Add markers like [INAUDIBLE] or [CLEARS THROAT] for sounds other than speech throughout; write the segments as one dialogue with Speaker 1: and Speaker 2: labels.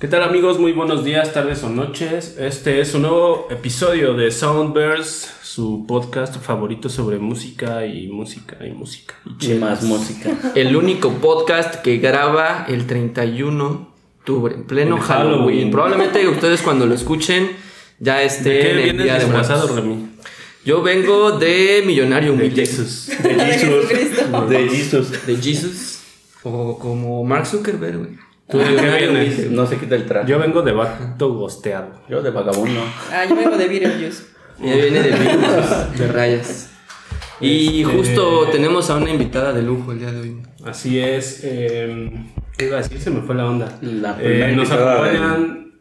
Speaker 1: ¿Qué tal amigos? Muy buenos días, tardes o noches. Este es un nuevo episodio de Soundburst, su podcast favorito sobre música y música y música.
Speaker 2: Y más música.
Speaker 3: El único podcast que graba el 31 de octubre, en pleno
Speaker 1: En
Speaker 3: Halloween.
Speaker 1: Halloween.
Speaker 3: Probablemente ustedes cuando lo escuchen ya esté
Speaker 1: ¿De qué
Speaker 3: en el
Speaker 1: vienes
Speaker 3: Día de
Speaker 1: disfrazado,
Speaker 3: Muertos.
Speaker 1: Remy?
Speaker 3: Yo vengo de Millonario
Speaker 1: De
Speaker 3: Humilde.
Speaker 1: Jesus.
Speaker 2: [LAUGHS]
Speaker 4: De Jesucristo.
Speaker 2: De Jesus.
Speaker 3: De Jesus. O como Mark Zuckerberg, güey.
Speaker 1: ¿Tú de qué vienes?
Speaker 2: No se quita el traje.
Speaker 1: Yo vengo de vato gosteado.
Speaker 2: Yo de vagabundo.
Speaker 4: Ah, yo vengo de Beetlejuice.
Speaker 3: Ya viene de virus, de rayas.
Speaker 1: [LAUGHS]
Speaker 3: Y
Speaker 1: Este-
Speaker 3: justo tenemos a una invitada de lujo el día de hoy.
Speaker 1: Así es. eh, ¿Qué iba a decir? Se me fue la onda.
Speaker 2: La
Speaker 1: Eh,
Speaker 2: primera
Speaker 1: nos
Speaker 2: invitada del-
Speaker 1: acompañan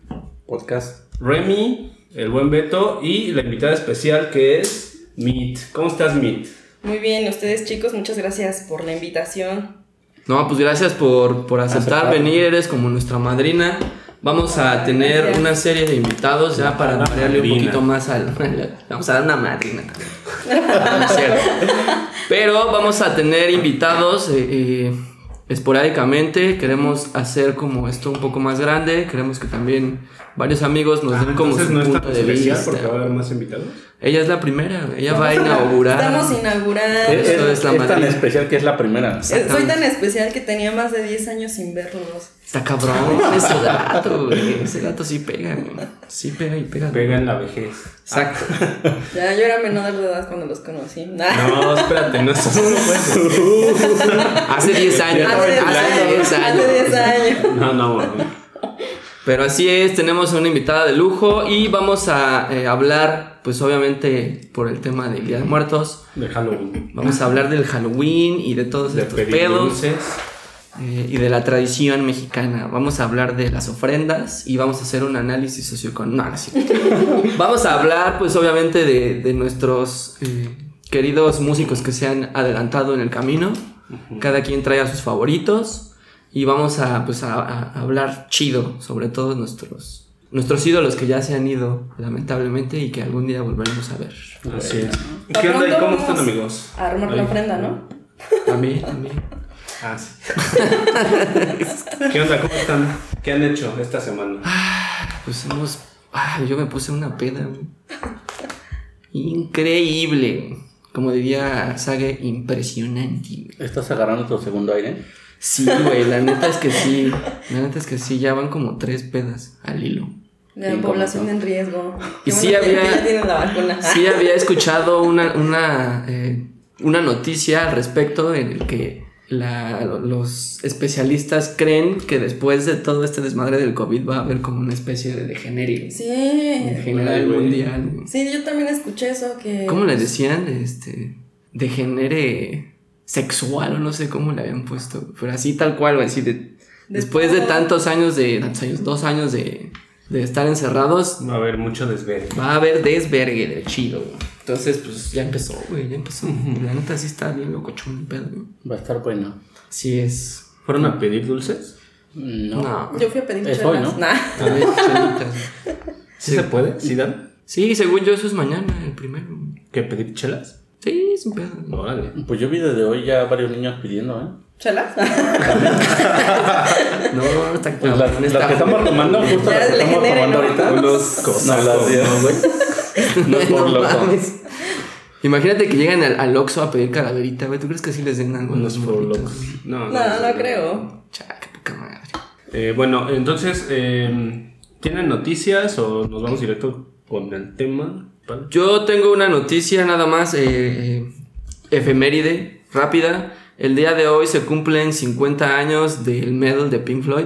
Speaker 2: Podcast.
Speaker 1: Remy, el buen Beto y la invitada especial que es Meet. ¿Cómo estás, Meet?
Speaker 4: Muy bien, ustedes chicos, muchas gracias por la invitación.
Speaker 3: No, pues gracias por, por aceptar
Speaker 2: Aceptar.
Speaker 3: venir, eres como nuestra madrina. Vamos a tener
Speaker 4: gracias.
Speaker 3: una serie de invitados ya para
Speaker 1: Una
Speaker 3: variarle un
Speaker 1: madrina.
Speaker 3: poquito más al... [LAUGHS] Vamos a dar una madrina. No es cierto. Pero vamos a tener invitados eh, eh, esporádicamente, queremos hacer como esto un poco más grande, queremos que también varios amigos nos den Pues como
Speaker 1: Ah, Entonces
Speaker 3: su
Speaker 1: no es
Speaker 3: punto
Speaker 1: tan
Speaker 3: de
Speaker 1: especial
Speaker 3: vista.
Speaker 1: porque va a haber más invitados.
Speaker 3: Ella es la primera, ella
Speaker 4: [LAUGHS]
Speaker 3: va a inaugurar.
Speaker 4: Estamos inaugurando.
Speaker 3: Eh, Esto es la
Speaker 2: tan
Speaker 3: madrina.
Speaker 2: especial que es la primera.
Speaker 4: Eh, Soy tan especial que tenía más de 10 años sin verlos.
Speaker 3: Está
Speaker 4: [LAUGHS]
Speaker 3: cabrón ese dato, güey. Ese dato sí pega, güey. Sí pega y pega.
Speaker 1: Pega en la vejez.
Speaker 3: Exacto.
Speaker 4: Ya, yo era menor de edad cuando los conocí. Nah.
Speaker 1: Ah, No, espérate, no es
Speaker 3: Hace 10
Speaker 4: [LAUGHS]
Speaker 3: años.
Speaker 4: Hace 10
Speaker 3: Hace 10 años.
Speaker 4: años. Hace 10 años.
Speaker 1: No, no, bueno.
Speaker 3: Pero así es, tenemos a una invitada de lujo y vamos a eh, hablar, pues obviamente, por el tema del Día de Muertos.
Speaker 1: De Halloween.
Speaker 3: Vamos a hablar del Halloween y de todos
Speaker 1: De
Speaker 3: estos pues, pedos.
Speaker 1: pedos.
Speaker 3: eh, y de la tradición mexicana. Vamos a hablar de las ofrendas y vamos a hacer un análisis socioeconómico. No, no es cierto. vamos a hablar, pues, obviamente, de, de nuestros eh, queridos músicos que se han adelantado en el camino. Cada quien trae a sus favoritos y vamos a, pues, a, a hablar chido sobre todos nuestros. Nuestros ídolos que ya se han ido, lamentablemente, y que algún día volveremos a ver.
Speaker 1: Así es.
Speaker 4: Pa'
Speaker 1: ¿Qué onda y
Speaker 4: pronto
Speaker 1: cómo
Speaker 4: vamos
Speaker 1: están, amigos?
Speaker 4: A armar la
Speaker 1: Ahí.
Speaker 4: ofrenda, ¿no?
Speaker 3: También, también.
Speaker 1: Ah, sí. ¿Qué onda? ¿Cómo están? ¿Qué han hecho esta semana?
Speaker 3: Pues hemos. Ah, yo me puse una peda. güey. Increíble. Como diría Sage, impresionante. güey.
Speaker 2: ¿Estás agarrando tu segundo aire?
Speaker 3: Sí, güey, la neta es que sí. La neta es que sí, ya van como tres pedas al hilo.
Speaker 4: La
Speaker 2: ¿cómo
Speaker 4: población
Speaker 2: no?
Speaker 4: en riesgo.
Speaker 3: Y
Speaker 4: Qué
Speaker 3: sí
Speaker 4: bueno que
Speaker 3: había-
Speaker 4: Ya tienen la vacuna.
Speaker 3: Sí, había escuchado una, una, eh, una noticia al respecto en el que la- los especialistas creen que después de todo este desmadre del COVID va a haber como una especie de degenere en
Speaker 4: Sí.
Speaker 3: general
Speaker 1: Ay, güey.
Speaker 3: mundial. güey.
Speaker 4: Sí, yo también escuché eso que.
Speaker 3: ¿Cómo le decían? Este. Degenere sexual, o no sé cómo le habían puesto. Pero así tal cual, güey, así de. después de
Speaker 4: todo.
Speaker 3: tantos años de. Tantos años, dos años de. de estar encerrados.
Speaker 1: Va a haber mucho desvelo.
Speaker 3: Va a haber desvergue de chido, güey. Entonces, pues ya empezó, güey, ya empezó. La neta sí está bien locochón el pedo, güey.
Speaker 2: Va a estar bueno.
Speaker 3: Sí es.
Speaker 1: ¿Fueron a pedir dulces?
Speaker 2: No.
Speaker 3: No.
Speaker 4: Yo fui a pedir
Speaker 2: Es
Speaker 4: chelas.
Speaker 2: hoy, ¿no?
Speaker 4: Nah.
Speaker 3: tal vez chelitas.
Speaker 1: ¿Sí se puede? ¿Sí dan?
Speaker 3: Sí, según yo, eso es mañana, el primero. güey.
Speaker 1: ¿Que pedir chelas?
Speaker 3: Sí, es un pedo.
Speaker 1: Órale.
Speaker 2: Pues yo vi desde hoy ya varios niños pidiendo,
Speaker 3: Ah,
Speaker 2: ¿eh?
Speaker 4: ¿Chelas?
Speaker 3: No, no, está
Speaker 2: Pues
Speaker 3: cabrón,
Speaker 2: las, las
Speaker 3: está-
Speaker 2: que estamos tomando, justo las que
Speaker 4: Le
Speaker 2: estamos
Speaker 4: generen,
Speaker 2: tomando
Speaker 4: ¿no?
Speaker 2: ahorita.
Speaker 1: Unos
Speaker 2: No las
Speaker 1: cosacos,
Speaker 2: dieron,
Speaker 1: ¿no?
Speaker 2: güey. No es por
Speaker 3: No
Speaker 2: loco.
Speaker 3: mames. Imagínate que llegan al, al Oxxo a pedir calaverita, güey. ¿Tú crees que sí les den algo? a
Speaker 1: Unos
Speaker 3: los morritos?
Speaker 1: forlocos. No,
Speaker 4: No, no creo.
Speaker 3: Cha, qué poca madre.
Speaker 1: Eh, bueno, entonces, eh, ¿tienen noticias o nos vamos directo con el tema? ¿Vale?
Speaker 3: Yo tengo una noticia nada más, eh, eh, efeméride, rápida. El día de hoy se cumplen 50 años del Metal de Pink Floyd,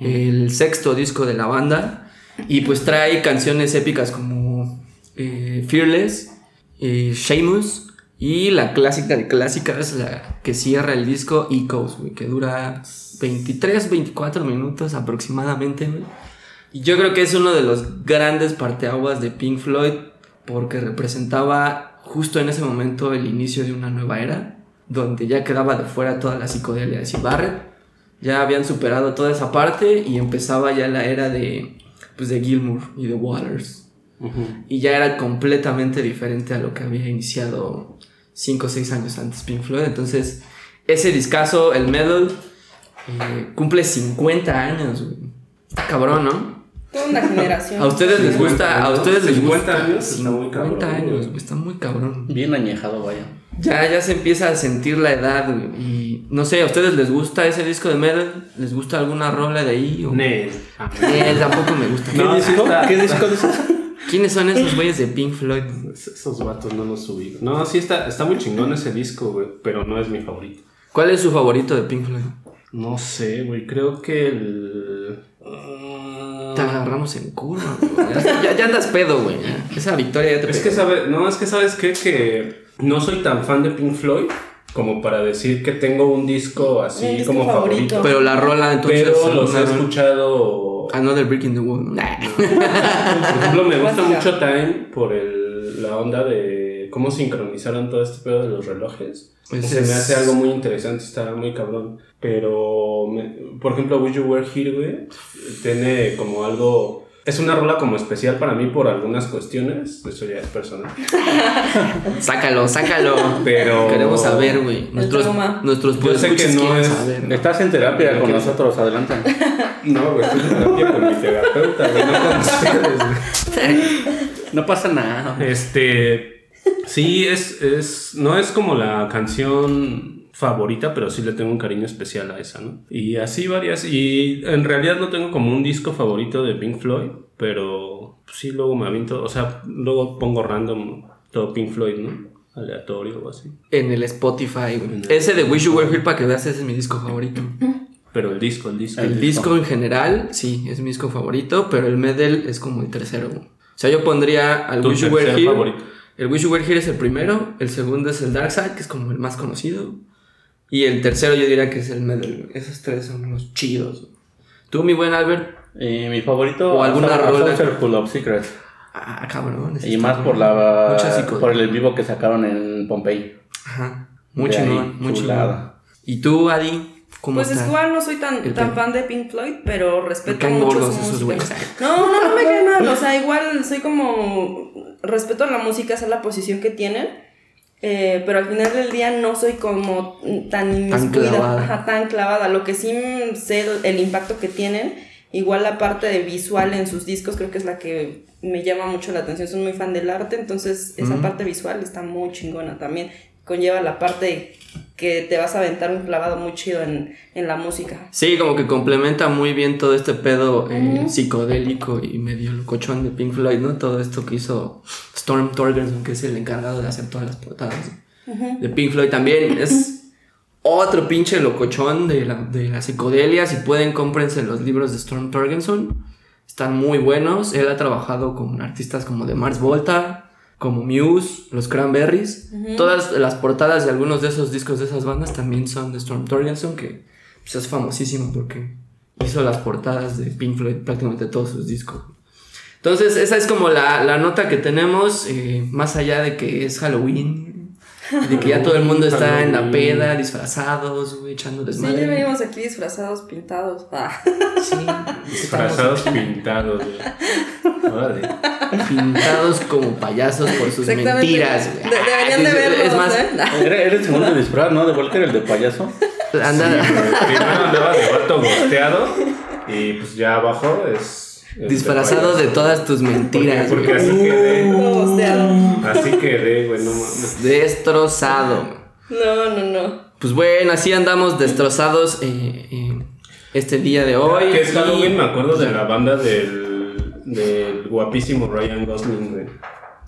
Speaker 3: el sexto disco de la banda. Y pues trae canciones épicas como eh, Fearless, eh, Shameless y la clásica de clásicas, la que cierra el disco Echoes, güey, que dura 23, 24 minutos aproximadamente, güey. Y yo creo que es uno de los grandes parteaguas de Pink Floyd porque representaba justo en ese momento el inicio de una nueva era, donde ya quedaba de fuera toda la psicodelia de Sid Barrett. Ya habían superado toda esa parte y empezaba ya la era de, pues, de Gilmour y de Waters.
Speaker 1: Ujú.
Speaker 3: Y ya era completamente diferente a lo que había iniciado 5 o 6 años antes Pink Floyd. Entonces, ese discazo, el Medal, eh, cumple 50 años, güey. Está cabrón, ¿no?
Speaker 4: Toda una generación.
Speaker 3: A ustedes les
Speaker 1: 50
Speaker 3: gusta, a
Speaker 1: años,
Speaker 3: ustedes les
Speaker 1: 50
Speaker 3: gusta.
Speaker 1: años, está muy cabrón,
Speaker 3: 50 años,
Speaker 1: güey.
Speaker 3: güey, está muy cabrón.
Speaker 2: Bien añejado, vaya.
Speaker 3: Ya, ya se empieza a sentir la edad, güey. Y no sé, ¿a ustedes les gusta ese disco de metal? ¿Les gusta alguna rola de ahí? O...
Speaker 1: Nel. Ah.
Speaker 4: [LAUGHS]
Speaker 3: Eh, tampoco me gusta.
Speaker 1: No, está-
Speaker 2: ¿Qué disco dices?
Speaker 3: ¿Quiénes son esos güeyes de Pink Floyd?
Speaker 1: Es- [LAUGHS] Esos vatos no los subí. No, sí está, está muy chingón ese disco, güey, pero no es mi favorito.
Speaker 3: ¿Cuál es su favorito de Pink Floyd?
Speaker 1: No sé, güey, creo que el... Ah,
Speaker 3: Te agarramos en curva, güey. Ya, ya- ya andas pedo, güey. ya. Esa victoria ya te
Speaker 1: Es
Speaker 3: pegó.
Speaker 1: que sabes, no, es que sabes qué? que no soy tan fan de Pink Floyd como para decir que tengo un disco así
Speaker 4: Un disco
Speaker 1: como favorito.
Speaker 4: favorito.
Speaker 3: Pero la rola, entonces.
Speaker 1: Pero los he
Speaker 3: una rola-
Speaker 1: escuchado.
Speaker 3: Another Brick in the Wall. Nah.
Speaker 1: Por ejemplo, me gusta
Speaker 4: Básica.
Speaker 1: mucho Time por el- la onda de cómo sincronizaron todo este pedo de los relojes.
Speaker 3: Pues
Speaker 1: Se me
Speaker 3: es-
Speaker 1: hace algo muy interesante, está muy cabrón. Pero, me- por ejemplo, Wish You Were Here, güey, tiene como algo. Es una rola como especial para mí por algunas cuestiones. Eso ya es personal.
Speaker 3: Sácalo, sácalo.
Speaker 1: [LAUGHS] Pero.
Speaker 3: Queremos saber, güey. Nuestros,
Speaker 4: trauma.
Speaker 3: nuestros
Speaker 1: Yo sé que
Speaker 3: podescuchas
Speaker 1: no
Speaker 3: quieren
Speaker 1: es-
Speaker 3: saber. ¿no?
Speaker 2: Estás en terapia con nosotros, adelanta.
Speaker 1: No, güey, estoy en terapia con mi terapeuta, güey, no con [LAUGHS] ustedes, güey.
Speaker 2: No pasa nada.
Speaker 1: Este. Sí, es, es. No es como la canción favorita, pero sí le tengo un cariño especial a esa, ¿no? Y así varias. Y en realidad no tengo como un disco favorito de Pink Floyd, pero sí luego me aviento. O sea, luego pongo random todo Pink Floyd, ¿no? Aleatorio o así.
Speaker 3: En el Spotify, güey. Ese de Wish You Were Here, para que veas, ese es mi disco favorito.
Speaker 1: Pero el disco, el disco.
Speaker 3: El disco en general, sí, es mi disco favorito, pero el medal es como el tercero. güey. O sea, yo pondría al
Speaker 1: Tu
Speaker 3: Wish You Were
Speaker 1: tercer
Speaker 3: Here.
Speaker 1: favorito.
Speaker 3: El Wish You Were Here es el primero, el segundo es el Dark Side, que es como el más conocido. Y el tercero yo diría que es el medal. güey. Esos tres son los chidos. güey. Tú, mi buen Albert.
Speaker 2: Y mi favorito.
Speaker 3: O alguna
Speaker 2: Southern-
Speaker 3: rola.
Speaker 2: Southern Full of Secrets.
Speaker 3: Ah, cabrón. ese
Speaker 2: Y
Speaker 3: está
Speaker 2: más por
Speaker 3: bueno.
Speaker 2: la.
Speaker 3: Mucha psicodelia.
Speaker 2: Por el en vivo que sacaron en Pompey.
Speaker 3: Ajá. Muy
Speaker 2: De ahí,
Speaker 3: chingón, muy chingón.
Speaker 2: chulada.
Speaker 3: ¿Y tú, Adi? ¿Cómo
Speaker 4: Pues
Speaker 3: estás?
Speaker 4: igual no soy tan,
Speaker 3: El
Speaker 4: tan
Speaker 3: Pink-
Speaker 4: fan de Pink Floyd, pero
Speaker 3: Me
Speaker 4: respeto
Speaker 3: caen
Speaker 4: mucho
Speaker 3: gordos
Speaker 4: su
Speaker 3: esos
Speaker 4: música.
Speaker 3: güeyes.
Speaker 4: [LAUGHS] No, no, no me cae mal. O sea, igual soy como. Respeto a la música, esa es la posición que tienen. eh, pero al final del día no soy como tan inmiscuida,
Speaker 3: clavada.
Speaker 4: ajá, tan clavada. Lo que sí mm, sé el- el impacto que tienen, igual la parte de visual en sus discos creo que es la que me llama mucho la atención. Soy muy fan del arte, entonces esa
Speaker 3: Mm.
Speaker 4: parte visual está muy chingona también. Conlleva la parte que te vas a aventar un clavado muy chido en, en la música.
Speaker 3: Sí, como que complementa muy bien todo este pedo eh, psicodélico y medio locochón de Pink Floyd, ¿no? Todo esto que hizo Storm Torgerson, que es el encargado de hacer todas las portadas de Pink Floyd también. Es otro pinche locochón de la, de la psicodelia. Si pueden, cómprense los libros de Storm Torgerson. Están muy buenos. Él ha trabajado con artistas como de Mars Volta, como Muse, los Cranberries. Todas las portadas de algunos de esos discos de esas bandas también son de Storm Torgerson, que pues, es famosísimo porque hizo las portadas de Pink Floyd prácticamente todos sus discos. Entonces, esa es como la, la nota que tenemos, eh, más allá de que es Halloween, de que ya todo el mundo está en la peda, disfrazados, güey, echando
Speaker 4: Sí, ya
Speaker 3: desmadre.
Speaker 4: venimos aquí disfrazados, pintados. Ah.
Speaker 3: Sí,
Speaker 1: Disfrazados pintados, güey. Órale.
Speaker 3: pintados como payasos por sus
Speaker 4: [LAUGHS] Exactamente.
Speaker 3: mentiras, güey. Ah,
Speaker 4: De- deberían de
Speaker 3: Es-
Speaker 4: verlos,
Speaker 3: Es más,
Speaker 4: ¿eh?
Speaker 2: Era, era el segundo disfraz, ¿no? De Volker, el de payaso.
Speaker 3: anda
Speaker 1: Primero andaba de vato gosteado y pues ya abajo es. es
Speaker 3: disfrazado de
Speaker 1: payaso.
Speaker 3: todas tus mentiras,
Speaker 1: Porque
Speaker 3: güey.
Speaker 1: así
Speaker 3: Uh.
Speaker 1: quedé.
Speaker 4: Todo bosteado.
Speaker 1: Así quedé, güey, no mames.
Speaker 3: Destrozado.
Speaker 4: No, no, no.
Speaker 3: Pues bueno, así andamos destrozados eh, eh, este día de hoy.
Speaker 1: Que es
Speaker 3: Y-
Speaker 1: Halloween, me acuerdo de la banda del, del guapísimo Ryan Gosling, güey.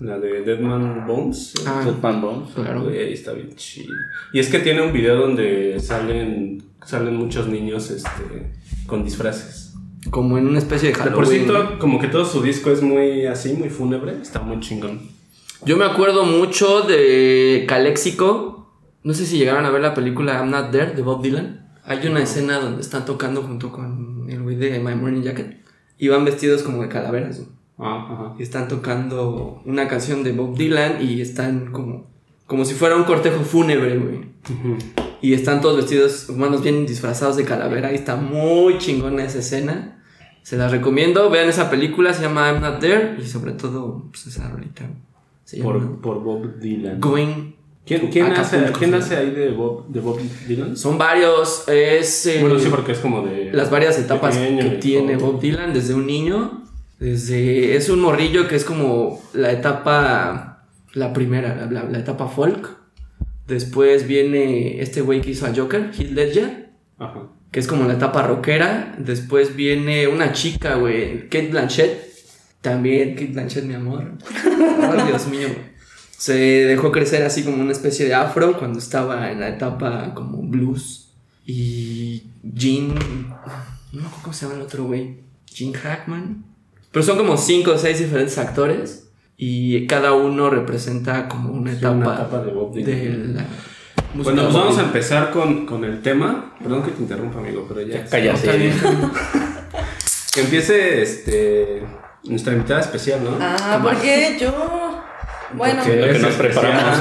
Speaker 1: La de Deadman Bones.
Speaker 3: Ah,
Speaker 2: Deadman Bones.
Speaker 3: claro, güey.
Speaker 1: Güey, está bien chido. Y es que tiene un video donde salen, salen muchos niños este, con disfraces.
Speaker 3: Como en una especie de
Speaker 1: De
Speaker 3: Halloween.
Speaker 1: por cierto, como que todo su disco es muy así, muy fúnebre. Está muy chingón.
Speaker 3: Yo me acuerdo mucho de Caléxico. No sé si llegaron a ver la película I'm Not There de Bob Dylan. Hay una escena donde están tocando junto con el güey de My Morning Jacket. Y van vestidos como de calaveras. güey.
Speaker 1: Ah, ajá.
Speaker 3: Y están tocando una canción de Bob Dylan y están como, como si fuera un cortejo fúnebre, güey. Y están todos vestidos, humanos bien disfrazados de calavera. Y está muy chingona esa escena. Se las recomiendo. Vean esa película, se llama I'm Not There. Y sobre todo, pues esa rolita. Se llama
Speaker 1: Por, por Bob Dylan.
Speaker 3: Going
Speaker 1: ¿Quién, quién hace,
Speaker 3: Acapulco,
Speaker 1: ¿quién
Speaker 3: sí.
Speaker 1: hace ahí de Bob, de Bob Dylan?
Speaker 3: Son varios, es... eh,
Speaker 1: Bueno, sí, porque es como de.
Speaker 3: las varias etapas
Speaker 1: pequeño
Speaker 3: que
Speaker 1: y
Speaker 3: tiene
Speaker 1: todo.
Speaker 3: Bob Dylan desde un niño, desde es un morrillo que es como la etapa la primera, la, la- la etapa folk. Después viene este güey que hizo a Joker, Heath Ledger,
Speaker 1: Ajá.
Speaker 3: que es como la etapa rockera. Después viene una chica, güey, Kate Blanchett. También Kate Blanchett,
Speaker 1: [LAUGHS]
Speaker 3: mi amor. Ay, Dios mío. Se dejó crecer así como una especie de afro cuando estaba en la etapa como blues. Y Gene... No me acuerdo cómo se llama el otro güey. Gene Hackman. Pero son como cinco o seis diferentes actores. Y cada uno representa como una
Speaker 1: Sí,
Speaker 3: etapa,
Speaker 1: una etapa de Bob Dylan.
Speaker 3: de la música
Speaker 1: Bueno, pues vamos a
Speaker 3: pop.
Speaker 1: empezar con, con el tema. Perdón que te interrumpa, amigo, pero ya.
Speaker 2: cállate.
Speaker 1: Está bien. que empiece este, nuestra invitada especial, ¿no?
Speaker 4: Ah, ¿por qué yo? Bueno,
Speaker 1: Porque
Speaker 2: Lo que
Speaker 1: es
Speaker 2: nos preparamos.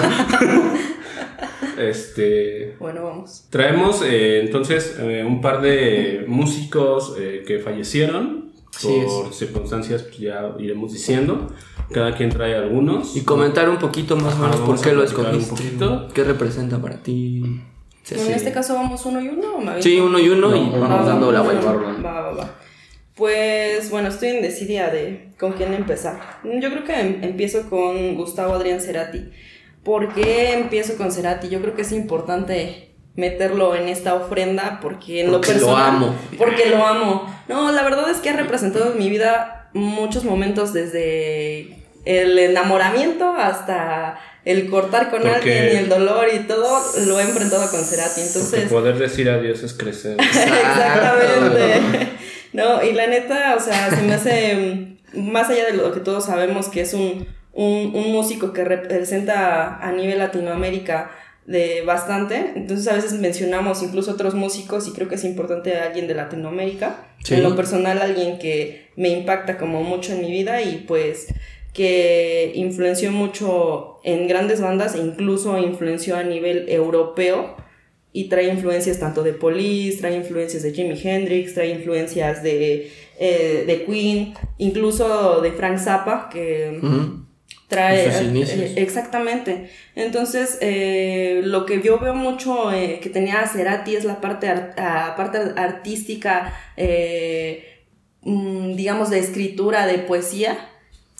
Speaker 1: [LAUGHS] este.
Speaker 4: bueno, vamos.
Speaker 1: Traemos eh, entonces eh, un par de músicos eh, que fallecieron
Speaker 3: Así
Speaker 1: por circunstancias que ya iremos diciendo. Cada quien trae algunos.
Speaker 3: Y comentar un poquito más o
Speaker 1: Ajá,
Speaker 3: menos por
Speaker 1: vamos a
Speaker 3: qué lo
Speaker 1: platicar un
Speaker 3: escogiste.
Speaker 1: poquito.
Speaker 3: ¿Qué representa para ti? Sí,
Speaker 4: En
Speaker 3: sí.
Speaker 4: este caso vamos uno y uno, ¿o me
Speaker 3: Sí,
Speaker 4: aviento?
Speaker 3: uno y uno
Speaker 2: No,
Speaker 3: y
Speaker 2: no,
Speaker 3: vamos
Speaker 4: Va, va,
Speaker 3: dando la
Speaker 4: va,
Speaker 3: vuelta.
Speaker 4: va, Va, va, va. Pues bueno, estoy indecidida de con quién empezar. Yo creo que em- empiezo con Gustavo Adrián Cerati. ¿Por qué empiezo con Cerati? Yo creo que es importante meterlo en esta ofrenda porque en
Speaker 3: Porque
Speaker 4: lo
Speaker 3: lo
Speaker 4: personal
Speaker 3: amo.
Speaker 4: porque lo amo. No, la verdad es que ha representado en mi vida muchos momentos desde el enamoramiento hasta el cortar con
Speaker 1: Porque-
Speaker 4: alguien y el dolor y todo lo he enfrentado con Cerati.
Speaker 1: Porque
Speaker 4: Entonces,
Speaker 1: poder decir adiós es crecer.
Speaker 4: [LAUGHS] Exactamente. No, y la neta, o sea, se me hace, mm, más allá de lo que todos sabemos, que es un, un, un músico que representa a nivel Latinoamérica de bastante, entonces a veces mencionamos incluso otros músicos y creo que es importante a alguien de Latinoamérica,
Speaker 3: Sí.
Speaker 4: en lo personal alguien que me impacta como mucho en mi vida y pues que influenció mucho en grandes bandas e incluso influenció a nivel europeo y trae influencias tanto de Police, trae influencias de Jimi Hendrix, trae influencias de, eh, de Queen, incluso de Frank Zappa, que
Speaker 3: Ujú.
Speaker 4: trae...
Speaker 3: En sus inicios.
Speaker 4: eh, exactamente. Entonces, eh, lo que yo veo mucho eh, que tenía Cerati es la parte, ar- ah, parte artística, eh, mm, digamos, de escritura, de poesía.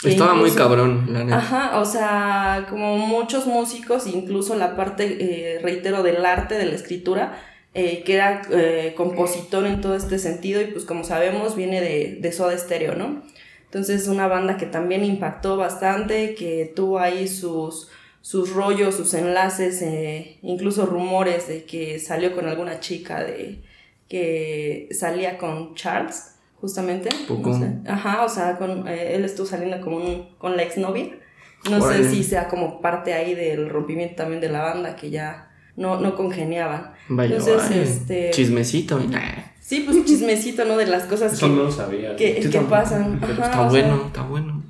Speaker 4: que
Speaker 3: Estaba muy
Speaker 4: incluso-
Speaker 3: cabrón, la neta.
Speaker 4: Ajá, o sea, como muchos músicos, incluso la parte, eh, reitero, del arte, de la escritura, eh, que era eh, compositor en todo este sentido y pues como sabemos viene de, de Soda Stereo, ¿no? Entonces es una banda que también impactó bastante, que tuvo ahí sus, sus rollos, sus enlaces, eh, incluso rumores de que salió con alguna chica de que salía con Charles, justamente.
Speaker 3: Poco.
Speaker 4: O sea, ajá, o sea, con, eh, él estuvo saliendo con, un- con la exnovia. No
Speaker 3: Órale.
Speaker 4: sé si sea como parte ahí del rompimiento también de la banda que ya no, no congeniaban.
Speaker 3: Vaya,
Speaker 4: Entonces,
Speaker 3: vaya.
Speaker 4: este,
Speaker 3: Chismecito. ¿eh? y- nah,
Speaker 4: sí,
Speaker 3: [LAUGHS]
Speaker 4: pues chismecito, ¿no? De las cosas
Speaker 1: Eso no
Speaker 4: que,
Speaker 1: lo sabía.
Speaker 4: que,
Speaker 3: Yo
Speaker 4: que
Speaker 3: tampoco,
Speaker 4: pasan.
Speaker 3: pero
Speaker 4: Ajá,
Speaker 3: está
Speaker 4: o sea,
Speaker 3: bueno, está bueno.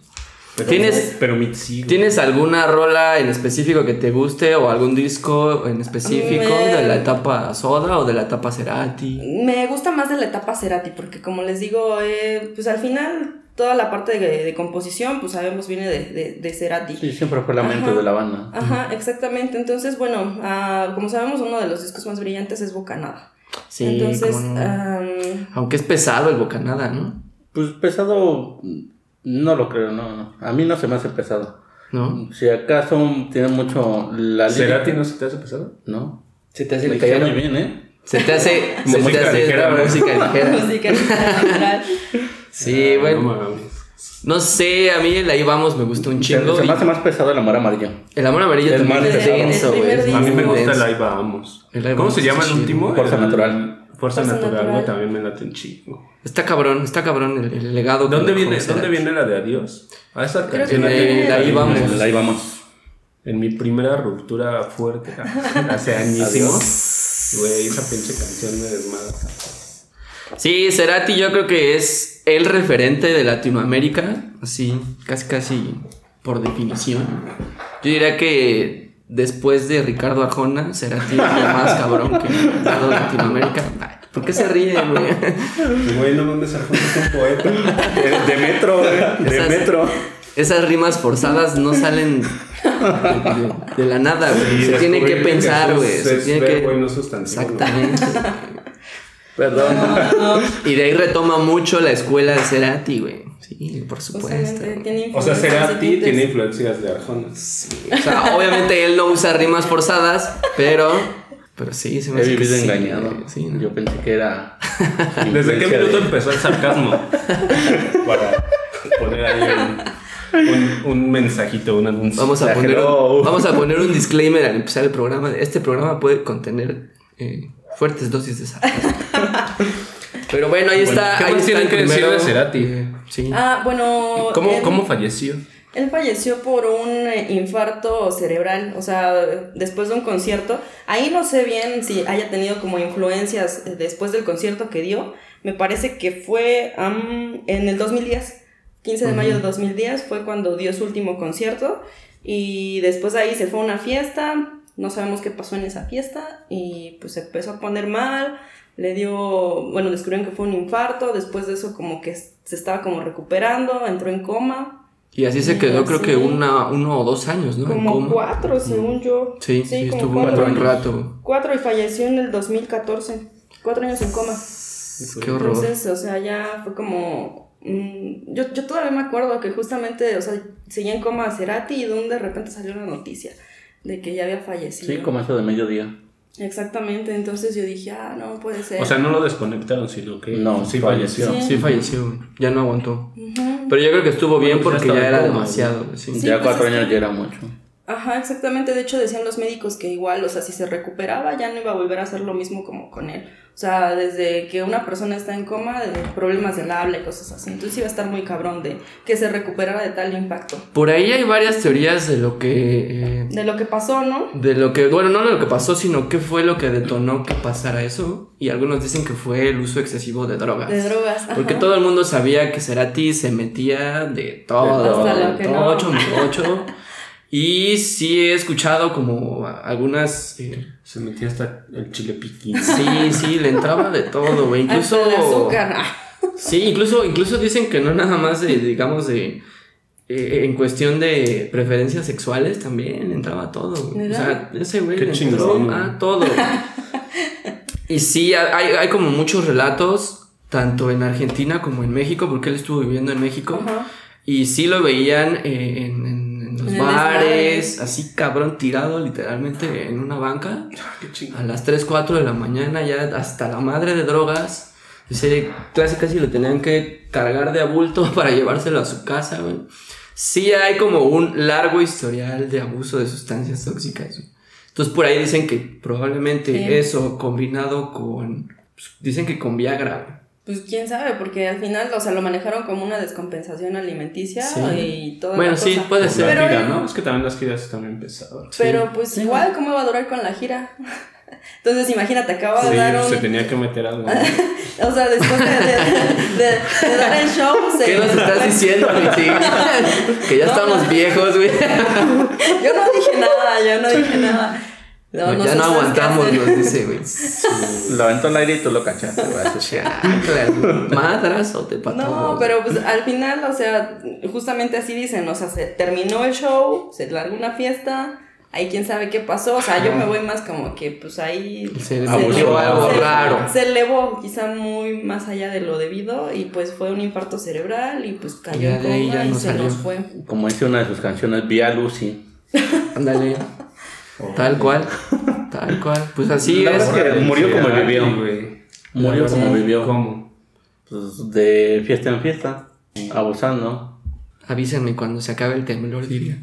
Speaker 1: Pero-
Speaker 3: ¿Tienes-
Speaker 1: pero mi sí, güey.
Speaker 3: ¿Tienes alguna rola en específico que te guste o algún disco en específico
Speaker 4: Me-
Speaker 3: de la etapa Soda o de la etapa Cerati?
Speaker 4: Me gusta más de la etapa Cerati, porque como les digo, eh, pues al final toda la parte de, de composición, pues sabemos, viene de, de, de Cerati.
Speaker 2: Sí, siempre fue la mente
Speaker 4: Ajá.
Speaker 2: de la banda.
Speaker 4: Ajá, exactamente. Entonces, bueno, ah, como sabemos, uno de los discos más brillantes es Bocanada.
Speaker 3: Sí,
Speaker 4: Entonces, ah.
Speaker 3: cómo no.
Speaker 4: am,
Speaker 3: aunque es pesado el Bocanada, ¿no?
Speaker 2: Pues pesado, no lo creo, no, no. A mí no se me hace pesado.
Speaker 3: ¿No?
Speaker 2: Si acaso tiene mucho la lírica,
Speaker 1: ¿Cerati no se te hace pesado?
Speaker 2: ¿no?
Speaker 3: Se te
Speaker 2: Me caía muy bien, ¿eh?
Speaker 3: Se te hace, se te
Speaker 1: Música
Speaker 3: hace
Speaker 1: ligera,
Speaker 3: la
Speaker 1: ¿verdad?
Speaker 3: música ligera.
Speaker 4: [LAUGHS] música literal.
Speaker 3: Sí,
Speaker 1: Ah,
Speaker 3: bueno.
Speaker 1: no mames.
Speaker 3: No sé, a mí el Ahí Vamos me gusta un
Speaker 2: Se,
Speaker 3: chingo.
Speaker 2: se
Speaker 3: y
Speaker 2: me hace más pesado el amor amarillo.
Speaker 3: El amor amarillo
Speaker 2: El
Speaker 3: también
Speaker 2: más
Speaker 3: es
Speaker 2: pesado.
Speaker 3: denso,
Speaker 4: El
Speaker 3: güey.
Speaker 4: primer
Speaker 3: es
Speaker 1: A mí me
Speaker 3: muy
Speaker 1: gusta el
Speaker 3: denso.
Speaker 1: Ahí Vamos.
Speaker 3: El Ahí
Speaker 1: ¿Cómo
Speaker 3: Vamos
Speaker 1: se llama el
Speaker 3: está chido.
Speaker 1: último?
Speaker 2: Fuerza
Speaker 1: El-
Speaker 2: Natural.
Speaker 1: Fuerza
Speaker 4: Fuerza
Speaker 1: Natural, güey,
Speaker 4: Natural.
Speaker 1: también me late un chingo.
Speaker 3: Está cabrón, está cabrón el, el legado. que
Speaker 1: ¿Dónde
Speaker 3: dejó
Speaker 1: viene,
Speaker 3: Cerati.
Speaker 1: ¿Dónde viene la de adiós? A esa
Speaker 4: Creo
Speaker 1: canción
Speaker 4: que
Speaker 1: la tengo
Speaker 4: de
Speaker 1: en
Speaker 3: Ahí
Speaker 1: mi-
Speaker 3: Vamos.
Speaker 2: El Ahí vamos.
Speaker 1: En mi primera ruptura
Speaker 4: [LAUGHS]
Speaker 1: fuerte, hace añísimos. Güey, esa pinche canción me desmadra.
Speaker 3: Sí, Cerati yo creo que es el referente de Latinoamérica, así, casi casi por definición. Yo diría que después de Ricardo Arjona, Cerati es el más cabrón que ha dado Latinoamérica. Ay, ¿Por qué se ríe, güey?
Speaker 4: [LAUGHS]
Speaker 1: Güey, no mames, Arjona es un poeta.
Speaker 2: De, de metro, eh, de
Speaker 3: Esas-
Speaker 2: metro.
Speaker 3: Esas rimas forzadas no salen de, de- de la nada, güey.
Speaker 1: Y
Speaker 3: Se tiene que
Speaker 1: descubrir
Speaker 3: pensar,
Speaker 1: Jesús
Speaker 3: güey. Se
Speaker 1: es
Speaker 3: tiene
Speaker 1: verbo y
Speaker 3: que.
Speaker 1: no sustantivo, ¿no?
Speaker 3: Exactamente.
Speaker 2: Perdón.
Speaker 3: Y de ahí retoma mucho la escuela de Cerati, güey. Sí, por supuesto.
Speaker 4: Justamente tiene
Speaker 1: O sea,
Speaker 4: influencias
Speaker 1: Cerati
Speaker 4: y tintes.
Speaker 1: tiene influencias de Arjona.
Speaker 3: O sea, obviamente él no usa rimas forzadas, pero. Pero sí, se me
Speaker 2: He
Speaker 3: hace que
Speaker 2: vivido
Speaker 3: sí,
Speaker 2: engañado.
Speaker 3: güey. Sí, ¿no?
Speaker 2: Yo pensé que
Speaker 3: [LAUGHS]
Speaker 2: era.
Speaker 1: ¿Desde qué
Speaker 2: influencia
Speaker 1: minuto
Speaker 2: de-
Speaker 1: empezó el sarcasmo? [LAUGHS] Para poner ahí un, un- un mensajito, un anuncio.
Speaker 3: Vamos a, poner
Speaker 2: Exageró.
Speaker 3: un, vamos a poner un disclaimer al empezar el programa. Este programa puede contener eh, fuertes dosis
Speaker 1: [LAUGHS]
Speaker 3: de sarcasmo. Pero bueno, ahí
Speaker 1: Bueno,
Speaker 3: está.
Speaker 1: ¿qué
Speaker 3: ahí
Speaker 1: más
Speaker 3: está
Speaker 1: tienen
Speaker 3: el
Speaker 1: que decir
Speaker 3: primero.
Speaker 1: de Cerati?
Speaker 3: Eh, sí.
Speaker 4: Ah, bueno.
Speaker 1: ¿Cómo,
Speaker 4: él-
Speaker 1: ¿Cómo falleció?
Speaker 4: Él falleció por un eh, infarto cerebral, o sea, después de un concierto. Ahí no sé bien si haya tenido como influencias eh, después del concierto que dio. Me parece que fue am, en el 2010, 15 de mayo de 2010 fue cuando dio su último concierto. Y después de ahí se fue a una fiesta, no sabemos qué pasó en esa fiesta y pues se empezó a poner mal. Le dio, bueno, descubrieron que fue un infarto, después de eso como que se estaba como recuperando, entró en coma.
Speaker 3: Y así se
Speaker 4: Sí,
Speaker 3: quedó, creo
Speaker 4: sí.
Speaker 3: que una, uno o dos años, ¿no? En
Speaker 4: Como
Speaker 3: coma.
Speaker 4: cuatro, según yo.
Speaker 3: Sí, sí,
Speaker 4: como
Speaker 3: estuvo un
Speaker 4: cuatro.
Speaker 3: buen rato.
Speaker 4: Cuatro y falleció en el 2014. Cuatro años en coma.
Speaker 3: Qué horror.
Speaker 4: Entonces, o sea, ya fue como... mm, yo, yo todavía me acuerdo que justamente, o sea, seguía en coma Cerati y donde de repente salió la noticia de que ya había fallecido.
Speaker 2: Sí, como eso de mediodía.
Speaker 4: Exactamente, entonces yo dije, ah, no puede ser.
Speaker 1: O sea, no lo desconectaron, sino que
Speaker 2: No,
Speaker 1: sí
Speaker 2: falleció.
Speaker 1: falleció.
Speaker 3: Sí, falleció, güey. ya no aguantó.
Speaker 4: Ujú.
Speaker 3: Pero yo creo que estuvo bien
Speaker 1: pues ya
Speaker 3: porque
Speaker 1: estaba
Speaker 3: ya
Speaker 1: en
Speaker 3: era
Speaker 1: coma,
Speaker 3: demasiado. güey, sí.
Speaker 4: Sí,
Speaker 2: ya
Speaker 4: pues
Speaker 2: cuatro
Speaker 4: es
Speaker 2: años
Speaker 4: que-
Speaker 2: ya era mucho.
Speaker 4: Ajá, exactamente. De hecho, decían los médicos que igual, o sea, si se recuperaba, ya no iba a volver a hacer lo mismo como con él. O sea, desde que una persona está en coma, de problemas del habla y cosas así. Entonces iba a estar muy cabrón de que se recuperara de tal impacto.
Speaker 3: Por ahí hay varias teorías de lo que eh,
Speaker 4: De lo que pasó, ¿no?
Speaker 3: De lo que, bueno, no de lo que pasó, sino qué fue lo que detonó que pasara eso. Y algunos dicen que fue el uso excesivo de drogas.
Speaker 4: De drogas. ajá.
Speaker 3: Porque todo el mundo sabía que Cerati se metía de todo,
Speaker 4: Hasta lo que no.
Speaker 3: tocho,
Speaker 4: [LAUGHS]
Speaker 3: mocho. Y sí he escuchado como a- algunas... eh,
Speaker 1: Se metió hasta el chile piquín.
Speaker 3: sí, sí, le entraba de todo, güey.
Speaker 4: Hasta
Speaker 3: Incluso...
Speaker 4: el azúcar. ah.
Speaker 3: Sí, incluso, incluso dicen que no nada más de, digamos, de... eh, en cuestión de preferencias sexuales también entraba todo, güey. O sea, ese güey
Speaker 1: Qué
Speaker 3: le
Speaker 1: chingón,
Speaker 3: entró
Speaker 1: güey.
Speaker 3: a todo. y sí, hay, hay como muchos relatos, tanto en Argentina como en México, porque él estuvo viviendo en México.
Speaker 4: Ajá.
Speaker 3: Y sí lo veían eh, en, en- en los
Speaker 4: En el
Speaker 3: bares,
Speaker 4: desmadre.
Speaker 3: así cabrón tirado literalmente en una banca.
Speaker 1: [LAUGHS] Qué chingón.
Speaker 3: A las 3, 4 de la mañana ya hasta la madre de drogas. Ese casi casi lo tenían que cargar de abulto [LAUGHS] para llevárselo a su casa, güey. Sí hay como un largo historial de abuso de sustancias tóxicas. güey. Entonces por ahí dicen que probablemente
Speaker 4: Sí.
Speaker 3: eso combinado con... pues, dicen que con Viagra, güey.
Speaker 4: Pues quién sabe, porque al final, o sea, lo manejaron como una descompensación alimenticia
Speaker 3: Sí.
Speaker 4: y todo.
Speaker 3: Bueno, sí, puede ser.
Speaker 1: La
Speaker 4: Pero-
Speaker 1: gira, ¿no? Es que también las giras están empezadas.
Speaker 4: Pero pues igual, ¿cómo va a durar con la gira? [LAUGHS] Entonces, imagínate, acaba de
Speaker 3: pues,
Speaker 4: dar un
Speaker 1: se tenía que meter algo.
Speaker 3: [LAUGHS]
Speaker 1: ¿no?
Speaker 4: O sea, después de, de- de- de dar el show, se-
Speaker 3: ¿Qué nos estás diciendo, Luisín? que ya
Speaker 4: No,
Speaker 3: estamos
Speaker 4: no.
Speaker 3: viejos, güey.
Speaker 4: [LAUGHS] Yo no dije nada, yo no dije nada. No,
Speaker 3: ya
Speaker 4: sé
Speaker 3: no
Speaker 4: ustedes qué
Speaker 3: aguantamos,
Speaker 4: hacen.
Speaker 3: nos dice,
Speaker 4: [LAUGHS]
Speaker 3: güey.
Speaker 2: Lo aventó al aire y tú lo cachaste, güey.
Speaker 3: Madras o te
Speaker 4: No, pero pues al final, o sea, justamente así dicen, o sea, se terminó el show, se largó una fiesta, ahí quién sabe qué pasó, o sea, yo me voy más como que pues ahí
Speaker 3: Se le
Speaker 2: metió
Speaker 4: elevó,
Speaker 2: algo
Speaker 3: raro.
Speaker 4: Se elevó quizá muy más allá de lo debido y pues fue un infarto cerebral y pues cayó
Speaker 3: Ya
Speaker 4: en
Speaker 3: de ahí
Speaker 4: coma
Speaker 3: ya
Speaker 4: y
Speaker 3: no
Speaker 4: se
Speaker 3: salió.
Speaker 4: nos fue.
Speaker 2: Como dice una de sus canciones, Vía Lucy.
Speaker 3: Ándale. Tal cual. Tal cual. Pues así
Speaker 2: La
Speaker 3: es.
Speaker 2: verdad que murió como
Speaker 1: Ay,
Speaker 2: vivió.
Speaker 1: güey.
Speaker 2: Murió como vivió.
Speaker 1: ¿Cómo?
Speaker 2: Pues, de fiesta en fiesta, abusando.
Speaker 3: Avísenme cuando se acabe el temblor,
Speaker 2: [LAUGHS]
Speaker 3: diría.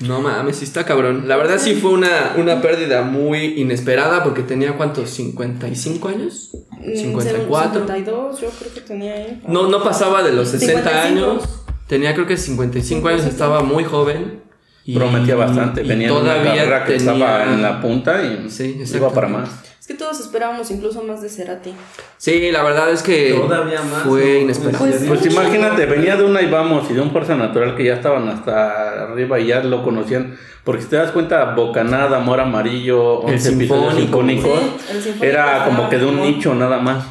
Speaker 3: No mames, sí está cabrón. La verdad sí fue una, una pérdida muy inesperada porque tenía cuántos, ¿55 años?
Speaker 4: Mm,
Speaker 3: 54.
Speaker 4: 52, yo creo que tenía ahí.
Speaker 3: No, no pasaba de los 60
Speaker 4: 55.
Speaker 3: años. Tenía creo que 55 años, estaba muy joven. y-
Speaker 2: Prometía bastante.
Speaker 3: y
Speaker 2: Venía de una
Speaker 3: todavía
Speaker 2: carrera que
Speaker 3: tenía-
Speaker 2: estaba en la punta y
Speaker 3: Sí,
Speaker 2: iba
Speaker 3: exactamente.
Speaker 2: para más.
Speaker 4: Es que todos esperábamos incluso más de Cerati.
Speaker 3: Sí, la verdad es que
Speaker 1: Todavía más,
Speaker 3: fue
Speaker 1: ¿no?
Speaker 3: inesperado.
Speaker 4: Pues-
Speaker 2: Pues
Speaker 3: eh,
Speaker 2: imagínate, venía de una y vamos y de un fuerza natural que ya estaban hasta arriba y ya lo conocían. Porque si te das cuenta, Bocanada, Amor Amarillo,
Speaker 3: El
Speaker 2: 11 episodios
Speaker 3: Sinfónico,
Speaker 2: sinfónicos,
Speaker 4: Sí, el Sinfónico
Speaker 2: era
Speaker 4: estaba
Speaker 2: como que de un
Speaker 4: muy-
Speaker 2: nicho nada más.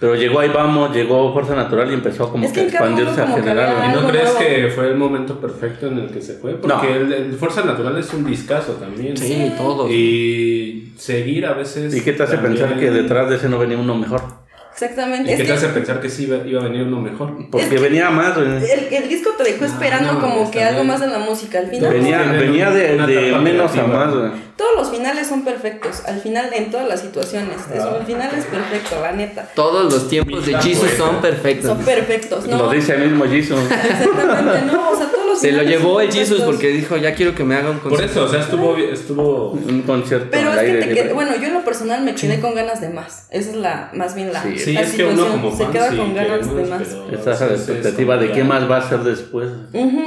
Speaker 2: Pero llegó ahí vamos, llegó Fuerza Natural y empezó como
Speaker 4: Es
Speaker 2: que a
Speaker 4: que en cada uno
Speaker 2: expandirse a
Speaker 4: como que
Speaker 2: general.
Speaker 4: había
Speaker 2: güey.
Speaker 1: ¿Y no
Speaker 4: Algo
Speaker 1: crees
Speaker 4: nuevo.
Speaker 1: que fue el momento perfecto en el que se fue? Porque
Speaker 2: No.
Speaker 1: el, el Fuerza Natural es un discazo también.
Speaker 3: Sí, todos.
Speaker 1: Y seguir a veces.
Speaker 2: ¿Y qué te hace
Speaker 1: también-
Speaker 2: pensar que detrás de ese no venía uno mejor?
Speaker 1: ¿Y
Speaker 4: Exactamente.
Speaker 1: qué
Speaker 4: Es
Speaker 1: te hace
Speaker 4: que
Speaker 1: pensar que sí iba, iba a venir uno mejor?
Speaker 2: Porque venía más, güey.
Speaker 4: el, el disco te dejó
Speaker 1: Ah,
Speaker 4: esperando
Speaker 1: no,
Speaker 4: como
Speaker 1: está
Speaker 4: que algo
Speaker 1: bien.
Speaker 4: más de la música. Al final,
Speaker 2: Venía,
Speaker 1: Tienen
Speaker 2: venía de,
Speaker 1: una
Speaker 2: de
Speaker 1: etapa
Speaker 2: menos a
Speaker 1: creativa.
Speaker 2: más, güey.
Speaker 4: todos los finales son perfectos. Al final, en todas las situaciones. Es un- el final es perfecto, la neta.
Speaker 3: Todos los tiempos de
Speaker 1: Mira,
Speaker 3: Jesus
Speaker 1: pues,
Speaker 3: son perfectos.
Speaker 4: Son perfectos, ¿no?
Speaker 2: Lo dice el mismo Jesus.
Speaker 4: Exactamente, no. O sea, todos los
Speaker 3: Se lo
Speaker 4: finales
Speaker 3: llevó
Speaker 4: son
Speaker 3: el Jesus
Speaker 4: perfectos.
Speaker 3: porque dijo, ya quiero que me haga un
Speaker 1: Por
Speaker 2: Pues,
Speaker 3: concierto.
Speaker 1: eso, o sea, estuvo. estuvo
Speaker 2: Un concierto
Speaker 4: Pero
Speaker 2: al
Speaker 4: es que
Speaker 2: aire
Speaker 4: te
Speaker 2: libre.
Speaker 4: qued- bueno, yo en lo personal me quedé con ganas de más. Esa es la, más bien la,
Speaker 2: Sí.
Speaker 1: sí,
Speaker 4: la
Speaker 1: es que uno como
Speaker 4: se
Speaker 1: fan
Speaker 4: queda
Speaker 1: sí
Speaker 4: con
Speaker 1: quiere
Speaker 4: ganas de más.
Speaker 1: pero
Speaker 2: Estás a la
Speaker 1: veces es
Speaker 2: expectativa
Speaker 1: como
Speaker 2: de
Speaker 1: ya-
Speaker 2: qué más va a ser después.
Speaker 4: Ujú.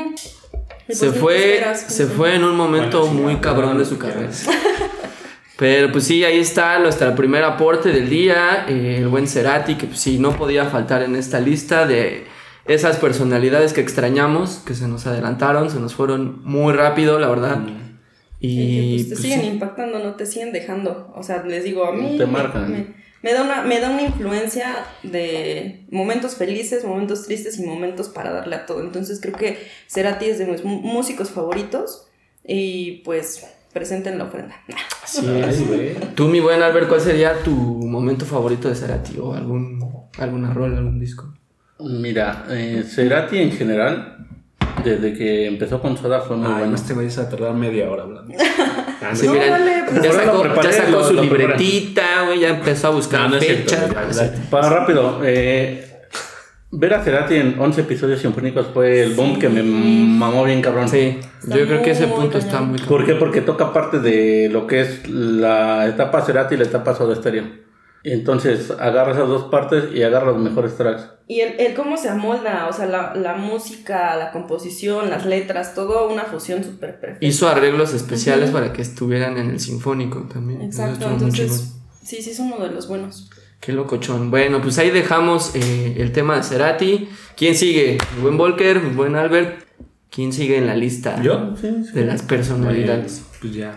Speaker 4: Y
Speaker 3: Se
Speaker 4: pues, ¿qué
Speaker 3: fue,
Speaker 4: esperas?
Speaker 3: se fue en un momento
Speaker 1: Bueno, sí,
Speaker 3: muy
Speaker 1: ya,
Speaker 3: cabrón
Speaker 1: ya,
Speaker 3: de su
Speaker 1: ya.
Speaker 3: carrera. [LAUGHS] Pero pues sí, ahí está nuestro primer aporte del día, eh, el buen Cerati, que pues sí, no podía faltar en esta lista de esas personalidades que extrañamos, que se nos adelantaron, se nos fueron muy rápido, la verdad.
Speaker 4: Mm. Y
Speaker 3: Y
Speaker 4: que, pues, te
Speaker 3: pues,
Speaker 4: siguen
Speaker 3: sí.
Speaker 4: impactando, no te siguen dejando. O sea, les digo, a mí.
Speaker 2: Te
Speaker 4: me-
Speaker 2: marcan.
Speaker 4: Me, me da una, me da una influencia de momentos felices, momentos tristes y momentos para darle a todo. Entonces creo que Cerati es de mis mu- músicos favoritos. Y pues presenten la ofrenda.
Speaker 3: así es.
Speaker 1: Ay, güey.
Speaker 3: Tú, mi buen Albert, ¿cuál sería tu momento favorito de Cerati o algún, alguna rola, algún disco?
Speaker 2: Mira, eh, Cerati en general, desde que empezó con Soda fue muy
Speaker 1: Ay,
Speaker 2: bueno.
Speaker 1: no te vayas a tardar media hora
Speaker 4: [LAUGHS]
Speaker 1: hablando. Ah, no,
Speaker 3: Sí,
Speaker 1: no,
Speaker 3: miren,
Speaker 4: dale, pues,
Speaker 2: ahora
Speaker 3: ya
Speaker 2: lo
Speaker 3: sacó, ya
Speaker 2: preparé,
Speaker 3: sacó
Speaker 2: lo-
Speaker 3: su
Speaker 2: lo preparé.
Speaker 3: libretita, güey, ya empezó a buscar
Speaker 1: no, no es cierto,
Speaker 3: fechas.
Speaker 1: ya, ya.
Speaker 2: Para rápido, eh, ver a Cerati en 11 episodios sinfónicos fue el boom que me mamó bien cabrón.
Speaker 3: Sí,
Speaker 4: Está
Speaker 3: yo creo que ese
Speaker 4: muy
Speaker 3: punto
Speaker 4: cañón.
Speaker 3: está muy
Speaker 2: ¿Por qué? Porque toca parte de lo que es la etapa Cerati y la etapa Soda Stereo. Entonces, agarra esas dos partes y agarra los mejores tracks.
Speaker 4: Y el, el cómo se amolda, o sea, la, la música, la composición, las letras, todo una fusión súper perfecta.
Speaker 3: Hizo arreglos especiales para que estuvieran en el sinfónico también. Eso
Speaker 4: Exacto,
Speaker 3: estuvo muy
Speaker 4: entonces.
Speaker 3: chingón.
Speaker 4: Sí, sí, es uno de los buenos.
Speaker 3: Qué locochón. Bueno, pues ahí dejamos eh, el tema de Cerati. ¿Quién sigue? ¿Mi buen Volker? ¿Mi buen Albert? ¿Quién sigue en la lista?
Speaker 1: ¿Yo?
Speaker 3: De las personalidades.
Speaker 1: Eh, pues ya.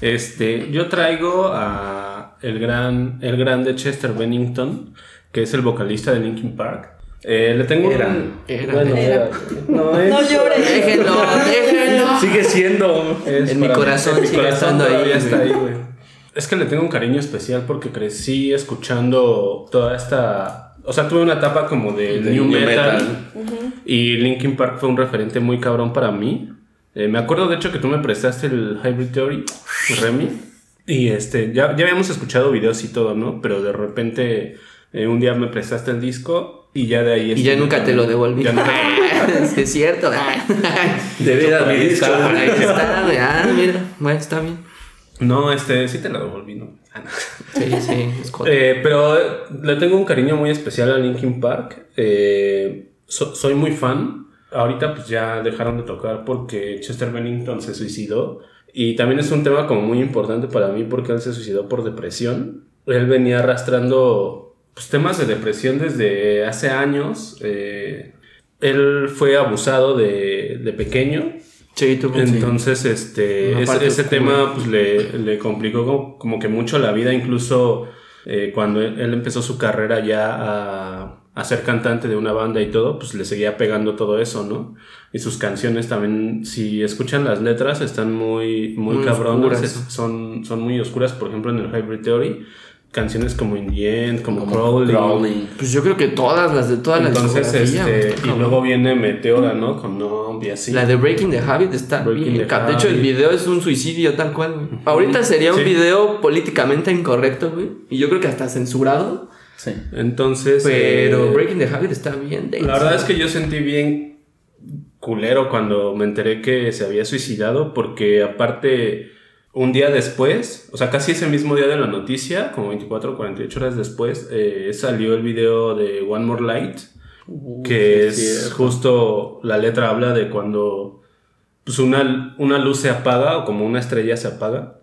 Speaker 1: Este, yo traigo a el gran, el grande Chester Bennington, que es el vocalista de Linkin Park. Eh, le tengo un-
Speaker 2: Era.
Speaker 3: Era.
Speaker 1: Bueno,
Speaker 4: Era.
Speaker 1: era. No, es-
Speaker 4: No llores.
Speaker 3: Déjenlo, déjenlo.
Speaker 2: Sigue siendo.
Speaker 1: es
Speaker 3: En mi
Speaker 1: para mí.
Speaker 3: corazón
Speaker 1: En mi
Speaker 3: sigue
Speaker 1: corazón
Speaker 3: estando ahí,
Speaker 1: todavía
Speaker 3: güey.
Speaker 1: está ahí, güey. Es que le tengo un cariño especial porque crecí escuchando toda esta. O sea, tuve una etapa como de,
Speaker 2: De
Speaker 1: new,
Speaker 2: new
Speaker 1: metal.
Speaker 2: metal.
Speaker 1: Y Linkin Park fue un referente muy cabrón para mí. Eh, me acuerdo de hecho que tú me prestaste el Hybrid Theory, Remy. Y este, ya, ya habíamos escuchado videos y todo, ¿no? Pero de repente eh, un día me prestaste el disco y ya de ahí.
Speaker 3: Y ya nunca te lo devolví.
Speaker 1: Ya
Speaker 3: [LAUGHS]
Speaker 1: nunca-
Speaker 3: [LAUGHS] Sí, es cierto.
Speaker 2: De vida, mi disco.
Speaker 3: Por ahí [LAUGHS] está, güey. Ah, mira. Bueno, está bien.
Speaker 1: No, este, sí te lo devolví, ¿no? Ah, no.
Speaker 3: Sí, sí, es cool.
Speaker 1: Eh, pero eh, le tengo un cariño muy especial a Linkin Park. Eh, so- soy muy fan. Ahorita pues ya dejaron de tocar porque Chester Bennington se suicidó. Y también es un tema como muy importante para mí porque él se suicidó por depresión. Él venía arrastrando pues, temas de depresión desde hace años. Eh, él fue abusado de, de pequeño.
Speaker 3: Sí, tuvo un- sí.
Speaker 1: Entonces, este,
Speaker 3: Una
Speaker 1: ese,
Speaker 3: parte
Speaker 1: ese
Speaker 3: oscura.
Speaker 1: tema pues, le, le complicó como, como que mucho la vida, incluso eh, cuando él, él empezó su carrera ya a, a ser cantante de una banda y todo, pues le seguía pegando todo eso, ¿no? Y sus canciones también, si escuchan las letras, están muy, muy,
Speaker 3: Muy
Speaker 1: cabronas,
Speaker 3: oscuras.
Speaker 1: es- son, son muy oscuras, por ejemplo, en el Hybrid Theory, canciones como In the End, como,
Speaker 2: Como
Speaker 1: Crawling,
Speaker 2: Crawling.
Speaker 3: Pues yo creo que todas las de todas las
Speaker 1: Entonces, este, y
Speaker 3: y
Speaker 1: luego viene Meteora, ¿no? Con Numb y así.
Speaker 3: La de Breaking the Habit está
Speaker 1: Breaking
Speaker 3: bien
Speaker 1: the
Speaker 3: cap- De hecho, el
Speaker 1: Habit.
Speaker 3: video es un suicidio tal cual, güey. Ahorita sería un
Speaker 1: Sí.
Speaker 3: video políticamente incorrecto, güey. Y yo creo que hasta censurado.
Speaker 2: Sí.
Speaker 1: Entonces,
Speaker 3: Pero
Speaker 1: eh,
Speaker 3: Breaking the Habit está bien denso.
Speaker 1: La verdad es que yo sentí bien culero cuando me enteré que se había suicidado porque aparte un día después, o sea, casi ese mismo día de la noticia, como 24 o 48 horas después, eh, salió el video de One More Light, que
Speaker 2: sí,
Speaker 1: Uh, es
Speaker 2: cierto.
Speaker 1: justo la letra habla de cuando pues una, una luz se apaga o como una estrella se apaga.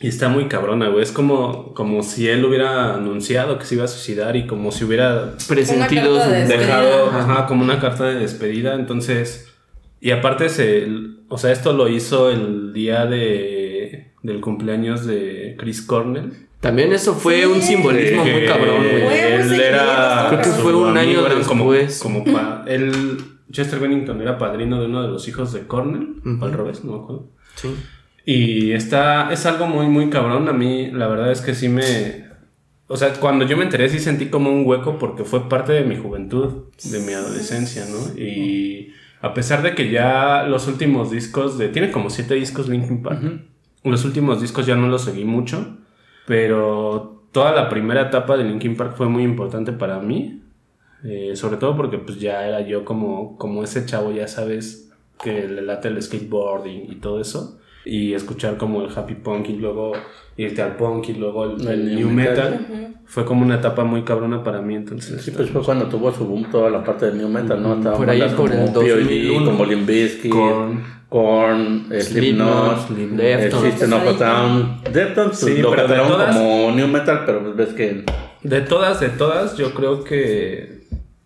Speaker 1: Y está muy cabrona, güey. Es como, como si él hubiera anunciado que se iba a suicidar y como si hubiera
Speaker 3: Presentidos.
Speaker 4: Una carta de
Speaker 3: güey.
Speaker 4: despedida.
Speaker 1: dejado ajá, como una carta de despedida. Entonces, y aparte, se, o sea, esto lo hizo el día de, del cumpleaños de Chris Cornell.
Speaker 3: También eso fue un
Speaker 4: Sí.
Speaker 3: simbolismo muy cabrón, güey.
Speaker 4: Fue un
Speaker 3: pues,
Speaker 1: Él
Speaker 4: seguimiento,
Speaker 1: era.
Speaker 4: estaba Creo que
Speaker 1: su
Speaker 3: fue un año
Speaker 1: amigo, eran
Speaker 3: después.
Speaker 1: Como, como pa- él, Chester Bennington era padrino de uno de los hijos de Cornell,
Speaker 3: Ujú.
Speaker 1: o al revés, no me acuerdo.
Speaker 3: Sí.
Speaker 1: Y está, es algo muy, muy cabrón. A mí, la verdad es que sí me. O sea, cuando yo me enteré, sí sentí como un hueco porque fue parte de mi juventud, de mi adolescencia, ¿no? Y a pesar de que ya los últimos discos de. Tiene como siete discos Linkin Park. Los últimos discos ya no los seguí mucho, pero toda la primera etapa de Linkin Park fue muy importante para mí. eh, sobre todo porque pues ya era yo como, como ese chavo, ya sabes, que le late el skateboarding y todo eso. Y escuchar como el happy punk y luego irte al punk y luego el, el new metal. Fue como una etapa muy cabrona para mí entonces.
Speaker 2: Sí, pues fue cuando tuvo su boom toda la parte del New Metal, ¿no? Estaban
Speaker 3: Mm, Por ahí,
Speaker 2: bandas
Speaker 3: por
Speaker 2: como
Speaker 3: el
Speaker 2: P.O.D.,
Speaker 3: 2001.
Speaker 2: como Limp Bizkit,
Speaker 1: Korn.
Speaker 2: Korn, eh, Slipknot,
Speaker 3: Slipknot,
Speaker 2: eh,
Speaker 3: Deftones.
Speaker 2: System of a Down. Deftones
Speaker 1: Sí,
Speaker 2: lo
Speaker 1: pero de
Speaker 2: catalogan
Speaker 1: todas-
Speaker 2: como New Metal, pero pues ves que...
Speaker 1: De todas, de todas, yo creo que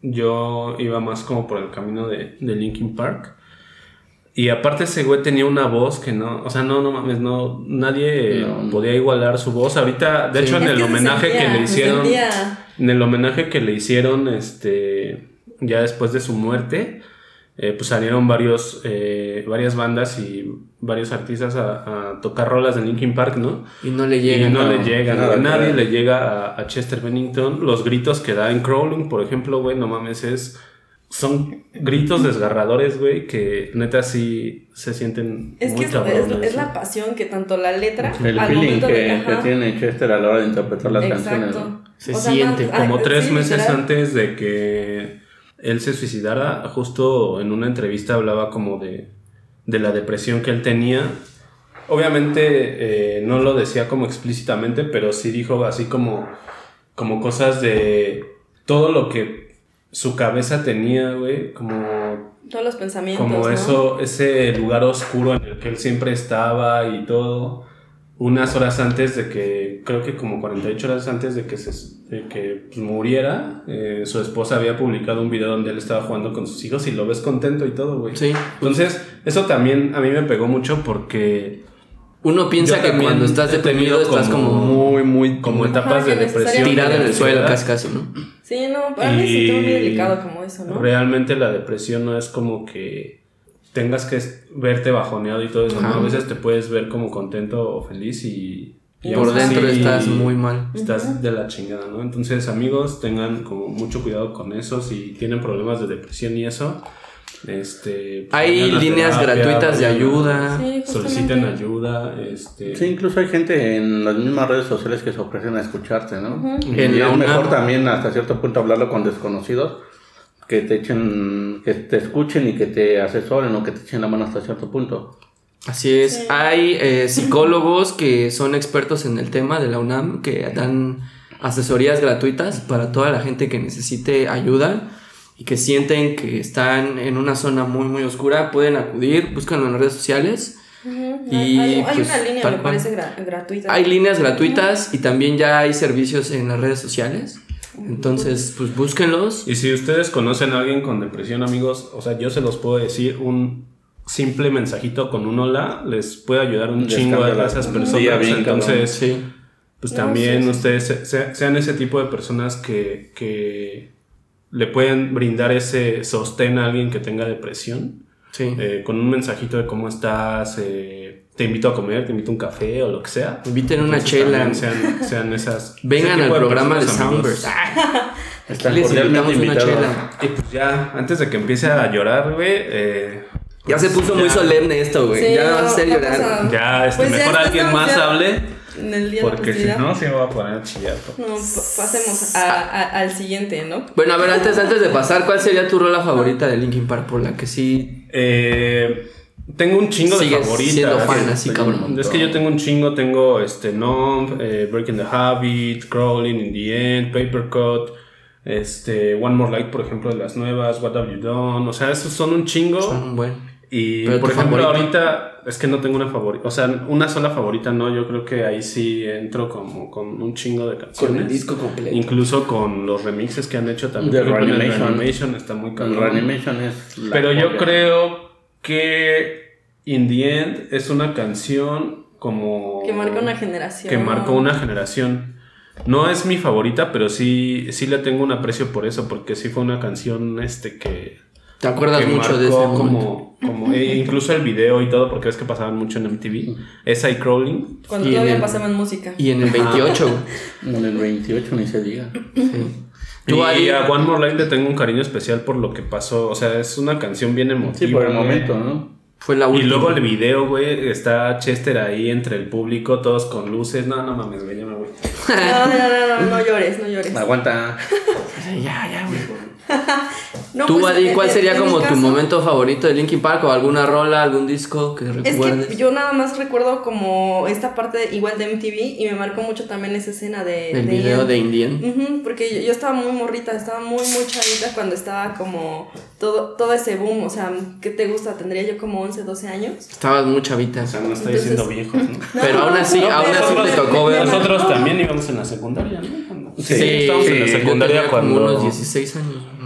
Speaker 1: yo iba más como por el camino de, de Linkin Park. Y aparte ese güey tenía una voz que no, o sea, no, no mames, no, nadie
Speaker 2: No.
Speaker 1: podía igualar su voz. Ahorita, de hecho, en
Speaker 4: Es
Speaker 1: el
Speaker 4: que se
Speaker 1: homenaje
Speaker 4: sentía,
Speaker 1: que le
Speaker 4: se
Speaker 1: hicieron,
Speaker 4: sentía.
Speaker 1: en el homenaje que le hicieron, este, ya después de su muerte, eh, pues salieron varios, eh, varias bandas y varios artistas a, a tocar rolas de Linkin Park, ¿no?
Speaker 3: Y no le
Speaker 1: Y
Speaker 3: llega.
Speaker 1: no,
Speaker 2: no,
Speaker 1: le llega,
Speaker 2: nada
Speaker 1: güey.
Speaker 2: que
Speaker 1: nadie
Speaker 2: ver.
Speaker 1: le llega a, a Chester Bennington. Los gritos que da en Crawling, por ejemplo, güey, no mames, es. Son gritos desgarradores, güey, que neta sí se sienten
Speaker 4: Es
Speaker 1: muy
Speaker 4: que es,
Speaker 1: cabrones.
Speaker 4: es- es
Speaker 1: ¿no?
Speaker 4: la pasión que tanto la letra
Speaker 2: El
Speaker 4: al
Speaker 2: feeling
Speaker 4: momento
Speaker 2: que,
Speaker 4: de
Speaker 2: que
Speaker 4: ajá,
Speaker 2: tiene Chester a la hora de interpretar las canciones.
Speaker 4: Exacto.
Speaker 2: ¿no?
Speaker 3: Se siente
Speaker 4: más-
Speaker 1: Como
Speaker 4: ah,
Speaker 1: tres
Speaker 4: sí,
Speaker 1: meses
Speaker 4: literal.
Speaker 1: antes de que él se suicidara, justo en una entrevista hablaba como de, de la depresión que él tenía. Obviamente eh, no lo decía como explícitamente, pero sí dijo así como, como cosas de todo lo que su cabeza tenía, güey, como
Speaker 4: Todos los pensamientos.
Speaker 1: como
Speaker 4: ¿no?
Speaker 1: eso, ese lugar oscuro en el que él siempre estaba y todo, unas horas antes de que, creo que como 48 horas antes de que, se, de que pues, muriera, eh, su esposa había publicado un video donde él estaba jugando con sus hijos y lo ves contento y todo, güey.
Speaker 3: Sí.
Speaker 1: Entonces, eso también a mí me pegó mucho porque
Speaker 3: Uno piensa
Speaker 1: Yo
Speaker 3: que
Speaker 1: también
Speaker 3: cuando estás
Speaker 1: he tenido
Speaker 3: deprimido estás como
Speaker 1: como-
Speaker 3: muy, muy
Speaker 1: como
Speaker 3: muy
Speaker 1: etapas de
Speaker 4: Ajá, que
Speaker 1: depresión.
Speaker 3: tirado en el suelo
Speaker 1: ansiedad,
Speaker 3: casi casi, ¿no?
Speaker 4: Sí, no, para mí
Speaker 1: Y-
Speaker 4: sí todo muy delicado como eso, ¿no?
Speaker 1: Realmente la depresión no es como que tengas que es- verte bajoneado y todo eso. ¿no?
Speaker 3: Ajá.
Speaker 1: A veces te puedes ver como contento o feliz y... y
Speaker 3: Por
Speaker 1: aún
Speaker 3: dentro
Speaker 1: así
Speaker 3: estás muy mal.
Speaker 1: Estás de la chingada, ¿no? Entonces amigos, tengan como mucho cuidado con eso. Si tienen problemas de depresión y eso, este... pues,
Speaker 3: Hay
Speaker 1: vayan a
Speaker 3: líneas
Speaker 1: terapia,
Speaker 3: gratuitas de
Speaker 1: vayan a-
Speaker 3: ayuda.
Speaker 4: Sí,
Speaker 1: Soliciten
Speaker 4: justamente.
Speaker 1: ayuda, este...
Speaker 2: Sí, incluso hay gente en las mismas redes sociales que se ofrecen a escucharte, ¿no?
Speaker 3: En
Speaker 2: y
Speaker 3: la
Speaker 2: es
Speaker 3: UNAM.
Speaker 2: mejor también hasta cierto punto hablarlo con desconocidos, que te echen, que te escuchen y que te asesoren o que te echen la mano hasta cierto punto.
Speaker 3: Así es.
Speaker 4: Sí.
Speaker 3: Hay eh, psicólogos que son expertos en el tema de la UNAM que dan asesorías gratuitas para toda la gente que necesite ayuda y que sienten que están en una zona muy muy oscura, pueden acudir, búscanlo en redes sociales.
Speaker 4: Ujú,
Speaker 3: Y,
Speaker 4: hay, hay- hay
Speaker 3: pues,
Speaker 4: una línea,
Speaker 3: tal
Speaker 4: me
Speaker 3: cual.
Speaker 4: parece, gra- gratuita.
Speaker 3: Hay líneas gratuitas y también ya hay servicios en las redes sociales. Entonces, pues búsquenlos.
Speaker 1: Y si ustedes conocen a alguien con depresión, amigos, o sea, yo se los puedo decir un simple mensajito con un hola les puede ayudar un
Speaker 2: Les
Speaker 1: chingo
Speaker 2: cambia
Speaker 1: a
Speaker 2: la-
Speaker 1: esas
Speaker 2: un
Speaker 1: personas.
Speaker 2: día bien,
Speaker 1: Entonces,
Speaker 3: Sí.
Speaker 1: pues
Speaker 4: No,
Speaker 1: también
Speaker 4: sí, sí.
Speaker 1: ustedes se- se- sean ese tipo de personas que, que le pueden brindar ese sostén a alguien que tenga depresión.
Speaker 3: Sí.
Speaker 1: eh, con un mensajito de cómo estás, eh, te invito a comer, te invito a un café o lo que sea.
Speaker 3: Inviten una
Speaker 1: Entonces,
Speaker 3: chela.
Speaker 1: también Sean, sean esas.
Speaker 3: Vengan
Speaker 1: ese
Speaker 3: al
Speaker 1: tipo
Speaker 3: programa de
Speaker 1: personas, amigos.
Speaker 3: Soundburst.
Speaker 2: Están
Speaker 3: les invitamos
Speaker 2: cordialmente
Speaker 3: una
Speaker 2: invitados.
Speaker 3: chela.
Speaker 1: Y pues ya, antes de que empiece a llorar, güey, eh,
Speaker 3: Ya se puso muy
Speaker 1: Ya.
Speaker 3: solemne esto, güey.
Speaker 4: Sí,
Speaker 3: ya
Speaker 4: no,
Speaker 3: vas a hacer
Speaker 4: no
Speaker 3: llorar.
Speaker 4: pasa nada.
Speaker 1: ya este,
Speaker 4: Pues ya
Speaker 1: mejor
Speaker 4: está,
Speaker 1: alguien
Speaker 4: estamos
Speaker 1: más
Speaker 4: ya
Speaker 1: hable,
Speaker 4: En el día
Speaker 1: porque
Speaker 4: de
Speaker 1: si
Speaker 4: la
Speaker 1: no se me va a poner a chillar. papá.
Speaker 4: No, pa- pasemos a- a- al siguiente, ¿no?
Speaker 3: Bueno, a ver, antes, antes de pasar, ¿cuál sería tu rola favorita de Linkin Park por la que sí?
Speaker 1: Eh, tengo un chingo de
Speaker 3: Sigues
Speaker 1: favoritas.
Speaker 3: siendo fan, así,
Speaker 1: Tengo-
Speaker 3: cabrón.
Speaker 1: Es que yo tengo un chingo, tengo este Numb, eh, Breaking the Habit, Crawling in the End, Papercut, este One More Light, por ejemplo, de las nuevas, What Have You Done, o sea, esos son un chingo.
Speaker 3: Son un buen.
Speaker 1: Y
Speaker 3: Pero
Speaker 1: por
Speaker 3: tu
Speaker 1: ejemplo,
Speaker 3: favorita.
Speaker 1: ahorita es que no tengo una favorita, o sea, una sola favorita no, yo creo que ahí sí entro como con un chingo de canciones.
Speaker 3: completo.
Speaker 1: Incluso con los remixes que han hecho también.
Speaker 2: De
Speaker 1: Por ejemplo, el
Speaker 2: Reanimation.
Speaker 1: Reanimation está muy
Speaker 2: El
Speaker 1: cabrón.
Speaker 2: Reanimation es. la
Speaker 1: Pero yo
Speaker 2: joya.
Speaker 1: creo que In the End es una canción como...
Speaker 4: Que marca una generación.
Speaker 1: Que marcó una generación. No es mi favorita, pero sí, sí le tengo un aprecio por eso, porque sí fue una canción este que...
Speaker 3: ¿Te acuerdas
Speaker 1: que
Speaker 3: mucho de ese
Speaker 1: marcó
Speaker 3: momento?
Speaker 1: como, como e incluso el video y todo, porque ves que pasaban mucho en MTV. Es I Crawling.
Speaker 4: Cuando
Speaker 3: Y en
Speaker 4: todavía
Speaker 3: el-
Speaker 4: pasaban música.
Speaker 3: Y en el 28, güey.
Speaker 4: [LAUGHS]
Speaker 2: En el 28 ni se diga.
Speaker 1: Y
Speaker 3: Tú, Ari-
Speaker 1: a One More Life le tengo un cariño especial por lo que pasó. O sea, es una canción bien emotiva.
Speaker 2: Sí, por el
Speaker 1: güey.
Speaker 2: momento, ¿no?
Speaker 3: fue la
Speaker 1: Y
Speaker 3: última.
Speaker 1: luego el video, güey, está Chester ahí entre el público, todos con luces. No, no mames, güey, ya me voy.
Speaker 4: No, no, no, no, no llores, no llores.
Speaker 3: Ah,
Speaker 2: Aguanta.
Speaker 3: Ya, ya, güey.
Speaker 4: No,
Speaker 3: Tú,
Speaker 4: pues,
Speaker 3: Adi,
Speaker 4: en-
Speaker 3: ¿cuál
Speaker 4: en-
Speaker 3: sería
Speaker 4: en
Speaker 3: como
Speaker 4: mi
Speaker 3: tu
Speaker 4: caso-
Speaker 3: momento favorito de Linkin Park o alguna rola, algún disco que
Speaker 4: Es
Speaker 3: recuerdes?
Speaker 4: que yo nada más recuerdo como esta parte de- igual de MTV y me marcó mucho también esa escena de...
Speaker 3: El
Speaker 4: de
Speaker 3: video
Speaker 4: Ian.
Speaker 3: de Indian.
Speaker 4: Ujú, porque yo, yo estaba muy morrita, estaba muy, muy chavita cuando estaba como todo, todo ese boom, o sea, ¿qué te gusta? Tendría yo como 11, 12 años.
Speaker 3: Estabas muy chavita.
Speaker 1: O sea, no estoy
Speaker 4: Entonces-
Speaker 1: diciendo viejos, ¿no?
Speaker 3: Pero aún así, [LAUGHS]
Speaker 4: no,
Speaker 3: aún
Speaker 4: pero-
Speaker 3: así te tocó ver.
Speaker 1: Nosotros también íbamos en la secundaria, ¿no?
Speaker 2: Sí,
Speaker 1: estábamos en la
Speaker 3: yo
Speaker 1: secundaria
Speaker 3: tenía
Speaker 1: cuando-
Speaker 3: Como unos 16 años, ¿no?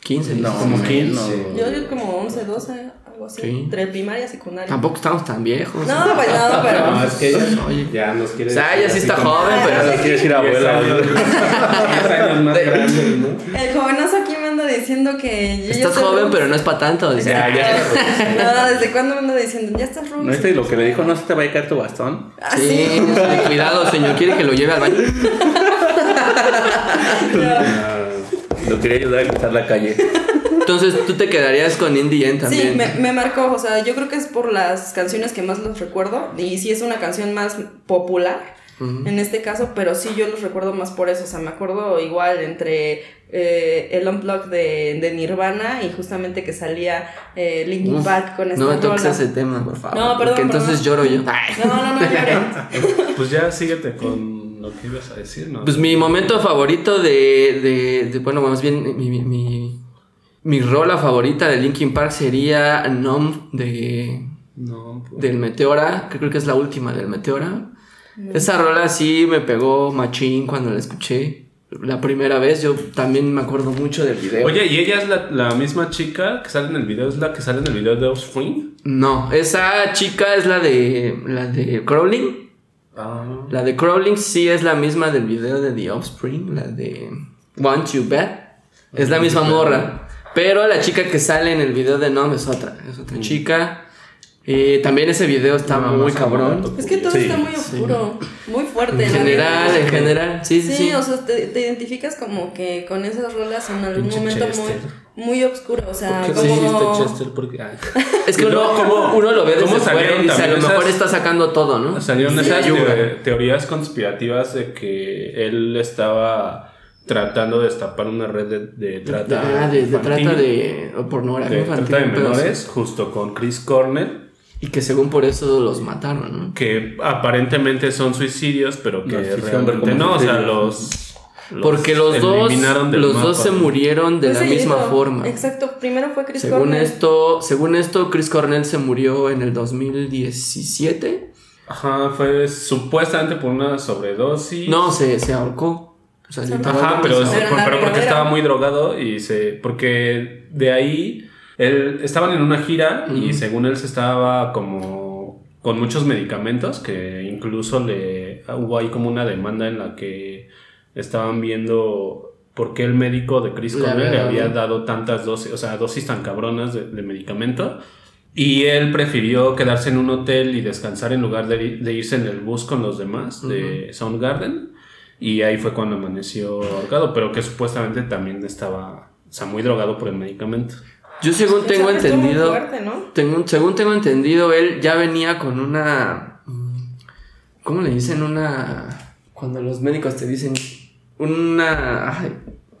Speaker 3: 15,
Speaker 2: No,
Speaker 3: 16.
Speaker 2: como
Speaker 4: Yo, yo como 11, 12, algo así,
Speaker 3: Sí.
Speaker 4: entre primaria y secundaria.
Speaker 3: Tampoco estamos tan viejos.
Speaker 4: No,
Speaker 3: [LAUGHS]
Speaker 4: pues no,
Speaker 1: No,
Speaker 4: pero...
Speaker 1: Ah, es que ya,
Speaker 3: Oye.
Speaker 1: ya nos quiere
Speaker 3: O sea, ella sí
Speaker 1: así
Speaker 3: está
Speaker 1: como
Speaker 3: joven,
Speaker 4: Ah,
Speaker 3: pero.
Speaker 2: Ahora quieres ir
Speaker 1: 10
Speaker 3: [LAUGHS]
Speaker 2: abuela.
Speaker 1: años-
Speaker 2: güey.
Speaker 1: 10 años más grande, ¿no?
Speaker 4: El jovenazo aquí me anda diciendo que... yo ya
Speaker 3: Estás
Speaker 4: estoy
Speaker 3: joven,
Speaker 4: ruca.
Speaker 3: pero no es para tanto.
Speaker 1: [LAUGHS]
Speaker 3: dice.
Speaker 1: Ya, ya.
Speaker 3: [LAUGHS]
Speaker 4: No, ¿desde cuándo me anda diciendo? Ya estás
Speaker 2: ¿No
Speaker 4: ruca.
Speaker 2: viste lo que le dijo? ¿No se te va a caer tu bastón?
Speaker 4: Ah,
Speaker 3: Sí, [LAUGHS] sí, cuidado, señor. ¿Quiere que lo lleve al baño?
Speaker 1: Ah.
Speaker 2: Lo quería ayudar a cruzar la
Speaker 4: [LAUGHS]
Speaker 2: calle.
Speaker 3: Entonces, tú te quedarías con Indie End también.
Speaker 4: Sí, me, me marcó, o sea, yo creo que es por las canciones que más los recuerdo y sí es una canción más popular en este caso, pero sí yo los recuerdo más por eso, o sea, me acuerdo igual entre eh, el unplug de, de Nirvana y justamente que salía eh, Linkin
Speaker 3: Uf,
Speaker 4: Park con esta
Speaker 3: no me toques
Speaker 4: rola.
Speaker 3: ese tema, por favor.
Speaker 4: No, perdón,
Speaker 3: Porque entonces
Speaker 4: perdón.
Speaker 3: lloro yo. Ay.
Speaker 4: No, no, no, llores.
Speaker 1: [LAUGHS] Pues ya síguete con lo que ibas a decir, ¿no?
Speaker 3: Pues mi momento favorito de, de, de- bueno, más bien mi, mi, mi, mi rola favorita de Linkin Park sería Numb de,
Speaker 1: no, pues,
Speaker 3: del Meteora, que creo que es la última del Meteora. Esa rola sí me pegó machín cuando la escuché. La primera vez, yo también me acuerdo mucho del video.
Speaker 1: Oye, ¿y ella es la, la misma chica que sale en el video? ¿Es la que sale en el video de Offspring?
Speaker 3: No, esa chica es la de, la de Crawling.
Speaker 1: Ah.
Speaker 3: La de Crawling sí es la misma del video de The Offspring, la de Want You Bet. Es la misma morra. Pero la chica que sale en el video de Nom es otra, es otra chica. Eh, también ese video está
Speaker 1: Nada
Speaker 3: muy
Speaker 1: más
Speaker 3: cabrón.
Speaker 1: amor.
Speaker 4: Es que todo
Speaker 2: Sí,
Speaker 4: está muy oscuro, muy fuerte.
Speaker 3: En
Speaker 4: la
Speaker 3: general,
Speaker 4: neta.
Speaker 3: en general. Sí, sí,
Speaker 4: Sí,
Speaker 3: sí.
Speaker 4: o sea, te, te identificas como que con esas rolas en algún
Speaker 1: Pinche
Speaker 4: momento
Speaker 1: Chester.
Speaker 4: muy, muy oscuro, o sea,
Speaker 1: ¿Por qué
Speaker 4: como...
Speaker 1: dijiste Chester? Porque, [LAUGHS] ah.
Speaker 3: Es que
Speaker 1: Y luego,
Speaker 3: uno,
Speaker 1: ¿cómo-
Speaker 3: uno lo ve
Speaker 1: cómo
Speaker 3: desde fuera
Speaker 1: salieron
Speaker 3: y dice, a lo
Speaker 1: también
Speaker 3: mejor
Speaker 1: esas-
Speaker 3: está sacando todo, ¿no?
Speaker 1: Salieron
Speaker 3: Sí,
Speaker 1: esas
Speaker 3: ayuda.
Speaker 1: te- teorías conspirativas de que él estaba tratando de destapar una red de, de trata
Speaker 3: Ah, de, de
Speaker 1: infantil,
Speaker 3: trata de o pornografía
Speaker 1: de
Speaker 3: infantil,
Speaker 1: trata de
Speaker 3: pero sí.
Speaker 1: menores, justo con Chris Cornell,
Speaker 3: Y que según por eso los mataron, ¿no?
Speaker 1: que aparentemente son suicidios, pero que
Speaker 2: No, sí se han
Speaker 1: realmente
Speaker 2: ver como
Speaker 1: no, o sea,
Speaker 2: suicidios.
Speaker 1: los... los
Speaker 3: Porque los dos,
Speaker 1: eliminaron del
Speaker 3: los
Speaker 1: mapa.
Speaker 3: dos se murieron de
Speaker 4: Fue
Speaker 3: la misma
Speaker 4: seguido.
Speaker 3: forma.
Speaker 4: Pues Exacto, primero fue Chris
Speaker 3: Según
Speaker 4: Cornell.
Speaker 3: esto, según esto, Chris Cornell se murió en el 2017.
Speaker 1: Ajá, fue supuestamente por una sobredosis.
Speaker 3: No, se, se ahorcó. O sea,
Speaker 4: Se ahorcó.
Speaker 3: literalmente
Speaker 1: Ajá, pero,
Speaker 3: se
Speaker 1: pero,
Speaker 4: Pero
Speaker 3: ahorcó.
Speaker 4: la
Speaker 1: pero porque
Speaker 4: regadera.
Speaker 1: estaba muy drogado y se. Porque de ahí. Él, estaban en una gira y
Speaker 3: Ujú.
Speaker 1: según él se estaba como. con muchos medicamentos que incluso le. hubo ahí como una demanda en la que estaban viendo. por qué el médico de Chris
Speaker 3: Le
Speaker 1: Cornell le
Speaker 3: había
Speaker 1: había
Speaker 3: dado.
Speaker 1: dado tantas dosis, o sea, dosis tan cabronas de, de medicamento. Y él prefirió quedarse en un hotel y descansar en lugar de, de irse en el bus con los demás de Soundgarden. Y ahí fue cuando amaneció ahorcado, pero que supuestamente también estaba, o sea, muy drogado por el medicamento.
Speaker 3: Yo según
Speaker 4: O sea,
Speaker 3: tengo
Speaker 4: que estuvo muy
Speaker 3: entendido,
Speaker 4: fuerte, ¿no?
Speaker 3: tengo- según tengo entendido, él ya venía con una, ¿cómo le dicen una? Cuando los médicos te dicen una ay,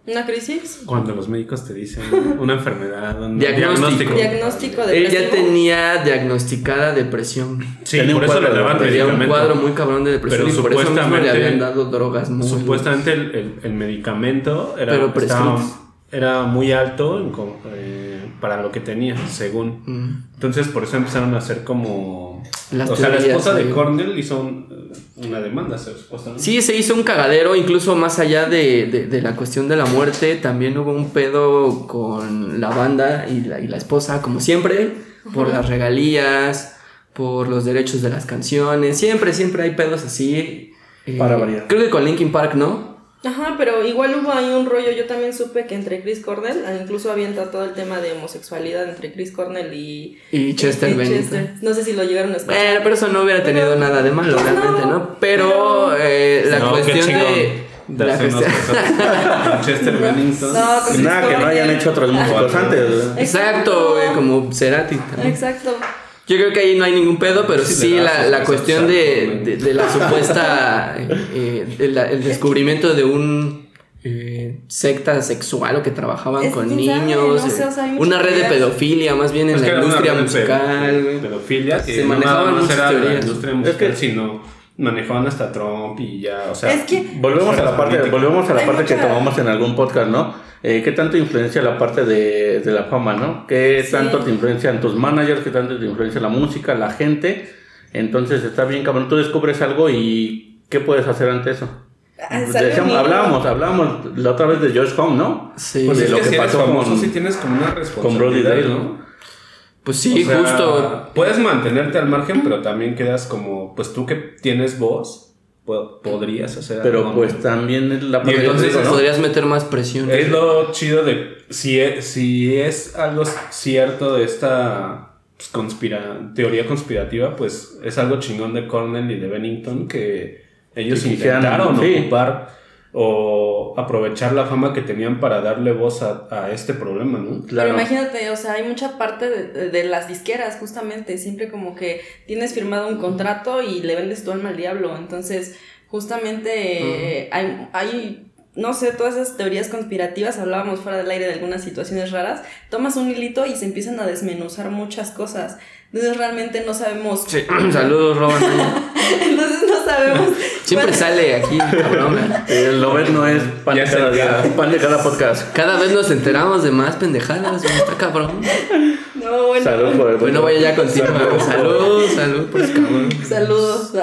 Speaker 4: Una crisis.
Speaker 1: Cuando los médicos te
Speaker 3: [LAUGHS]
Speaker 1: dicen una enfermedad, un
Speaker 3: Diagnóstico.
Speaker 4: Diagnóstico de
Speaker 3: Él ya tenía diagnosticada depresión.
Speaker 1: Sí,
Speaker 2: Tenía un
Speaker 1: por eso le
Speaker 2: cuadro de-
Speaker 1: daban
Speaker 3: Tenía un
Speaker 1: medicamento.
Speaker 3: cuadro muy cabrón de depresión
Speaker 1: Pero
Speaker 3: y por eso mismo le
Speaker 1: supuestamente-
Speaker 3: habían dado drogas muy
Speaker 1: Supuestamente el, el- el medicamento era,
Speaker 3: Pero prescrito.
Speaker 1: estaba- era muy alto en co- eh, para lo que tenía, según.
Speaker 3: Mm.
Speaker 1: Entonces por eso empezaron a hacer como...
Speaker 3: Las
Speaker 1: o sea, la
Speaker 3: teorías,
Speaker 1: esposa de
Speaker 3: sí.
Speaker 1: Cornell hizo un- una demanda, supuestamente.
Speaker 3: Sí, se hizo un cagadero, incluso más allá de, de- de la cuestión de la muerte, también hubo un pedo con la banda y la, y la esposa, como siempre, por las regalías, por los derechos de las canciones. Siempre, siempre hay pedos así. eh,
Speaker 2: Para variar.
Speaker 3: Creo que con Linkin Park no.
Speaker 4: Ajá, pero igual hubo ahí un rollo, yo también supe que entre Chris Cornell, ah, incluso habían tratado el tema de homosexualidad entre Chris Cornell y,
Speaker 3: Y Chester
Speaker 4: y
Speaker 3: Bennington.
Speaker 4: No sé si lo llegaron a escuchar.
Speaker 3: Bueno, pero eso no hubiera tenido
Speaker 4: Pero-
Speaker 3: nada de malo,
Speaker 4: pues
Speaker 3: realmente,
Speaker 4: no,
Speaker 3: ¿no? Pero
Speaker 4: pero-
Speaker 3: eh, la
Speaker 1: No, qué
Speaker 3: cuestión
Speaker 1: chingón.
Speaker 3: de. La
Speaker 1: Darse unos
Speaker 3: cuestión- [LAUGHS] pues,
Speaker 1: besos con Chester Bennington.
Speaker 4: No, con-
Speaker 2: Nada que no hayan hecho
Speaker 4: [LAUGHS]
Speaker 2: otros músicos antes. ¿verdad?
Speaker 3: Exacto, güey, como Cerati también.
Speaker 4: Exacto.
Speaker 3: Yo creo que ahí no hay ningún pedo, pero
Speaker 1: Sí,
Speaker 3: sí,
Speaker 1: le das
Speaker 3: la,
Speaker 1: un
Speaker 3: la
Speaker 1: beso
Speaker 3: cuestión
Speaker 1: exacto,
Speaker 3: de,
Speaker 1: güey.
Speaker 3: de- de la
Speaker 1: [LAUGHS]
Speaker 3: supuesta. eh, el, el descubrimiento de un. eh, secta sexual o que trabajaban
Speaker 4: Es que
Speaker 3: con
Speaker 4: quién sabe,
Speaker 3: niños,
Speaker 4: no sé,
Speaker 3: eh,
Speaker 4: o sea, hay
Speaker 3: una
Speaker 4: muchas
Speaker 3: red de
Speaker 4: teorías.
Speaker 3: pedofilia, más bien en
Speaker 1: Es que
Speaker 3: la
Speaker 1: era una
Speaker 3: industria
Speaker 1: red de
Speaker 3: musical,
Speaker 1: pedo-
Speaker 3: güey.
Speaker 1: Pedofilia, que
Speaker 3: Se
Speaker 1: no
Speaker 3: manejaban
Speaker 1: nada más
Speaker 3: muchas
Speaker 1: era la
Speaker 3: teorías.
Speaker 1: industria musical,
Speaker 2: que-
Speaker 1: sino manejaban hasta Trump y ya, o sea.
Speaker 4: Es que-
Speaker 2: Volvemos a la parte, volvemos a la
Speaker 4: Hay
Speaker 2: parte que
Speaker 4: mucha-
Speaker 2: tomamos en algún podcast, ¿no? Eh, ¿Qué tanto influencia la parte de, de la fama, no? ¿Qué
Speaker 4: Sí.
Speaker 2: tanto te influencian tus managers? ¿Qué tanto te influencia la música, la gente? Entonces está bien, cabrón. Tú descubres algo y ¿qué puedes hacer ante eso?
Speaker 4: Ah, sale
Speaker 2: Decíamos-
Speaker 4: un niño.
Speaker 2: habláamos, Pues hablábamos la otra vez de George Home, ¿no?
Speaker 3: Sí.
Speaker 1: Pues
Speaker 2: de
Speaker 1: es
Speaker 2: lo
Speaker 1: que,
Speaker 2: que,
Speaker 1: si eres
Speaker 2: pasó
Speaker 1: famoso,
Speaker 2: con,
Speaker 1: sí tienes como una
Speaker 2: con Brody
Speaker 1: responsabilidad,
Speaker 2: Day,
Speaker 1: ¿no?
Speaker 2: ¿no?
Speaker 3: Pues sí,
Speaker 1: O sea,
Speaker 3: justo.
Speaker 1: Puedes mantenerte al margen, pero también quedas como, pues tú que tienes voz, po- podrías hacer
Speaker 2: Pero
Speaker 1: algo,
Speaker 2: pues
Speaker 1: ¿no?
Speaker 2: también es la parte que
Speaker 1: entonces
Speaker 2: digo,
Speaker 1: eso
Speaker 2: ¿no?
Speaker 3: Podrías meter más presión.
Speaker 1: Es lo chido de si es, si es algo cierto de esta pues, conspira- teoría conspirativa, pues es algo chingón de Cornell y de Bennington que ellos
Speaker 2: Que quisieran,
Speaker 1: intentaron
Speaker 2: sí.
Speaker 1: ocupar o aprovechar la fama que tenían para darle voz a, a este problema, ¿no?
Speaker 2: Claro.
Speaker 4: Pero imagínate, o sea, hay mucha parte de, de las disqueras, justamente, siempre como que tienes firmado un contrato y le vendes tu alma al diablo. Entonces, justamente eh, hay, hay, no sé, todas esas teorías conspirativas, hablábamos fuera del aire de algunas situaciones raras, tomas un hilito y se empiezan a desmenuzar muchas cosas. Entonces, realmente no sabemos.
Speaker 3: Sí, [CLEARS THROAT] Saludos, Roban.
Speaker 4: [LAUGHS] Entonces, no sabemos.
Speaker 3: Siempre
Speaker 4: cuál-
Speaker 3: sale aquí, cabrón. güey.
Speaker 2: Eh, lo ver no es pan
Speaker 1: Ya
Speaker 2: de cada
Speaker 1: sé, ya.
Speaker 2: día, pan de cada podcast.
Speaker 3: Cada vez nos enteramos de más pendejadas, güey, está cabrón.
Speaker 4: No, bueno.
Speaker 2: Salud por el
Speaker 3: Bueno, vaya ya continúa. güey. Salud, salud, pues cabrón.
Speaker 4: Saludos.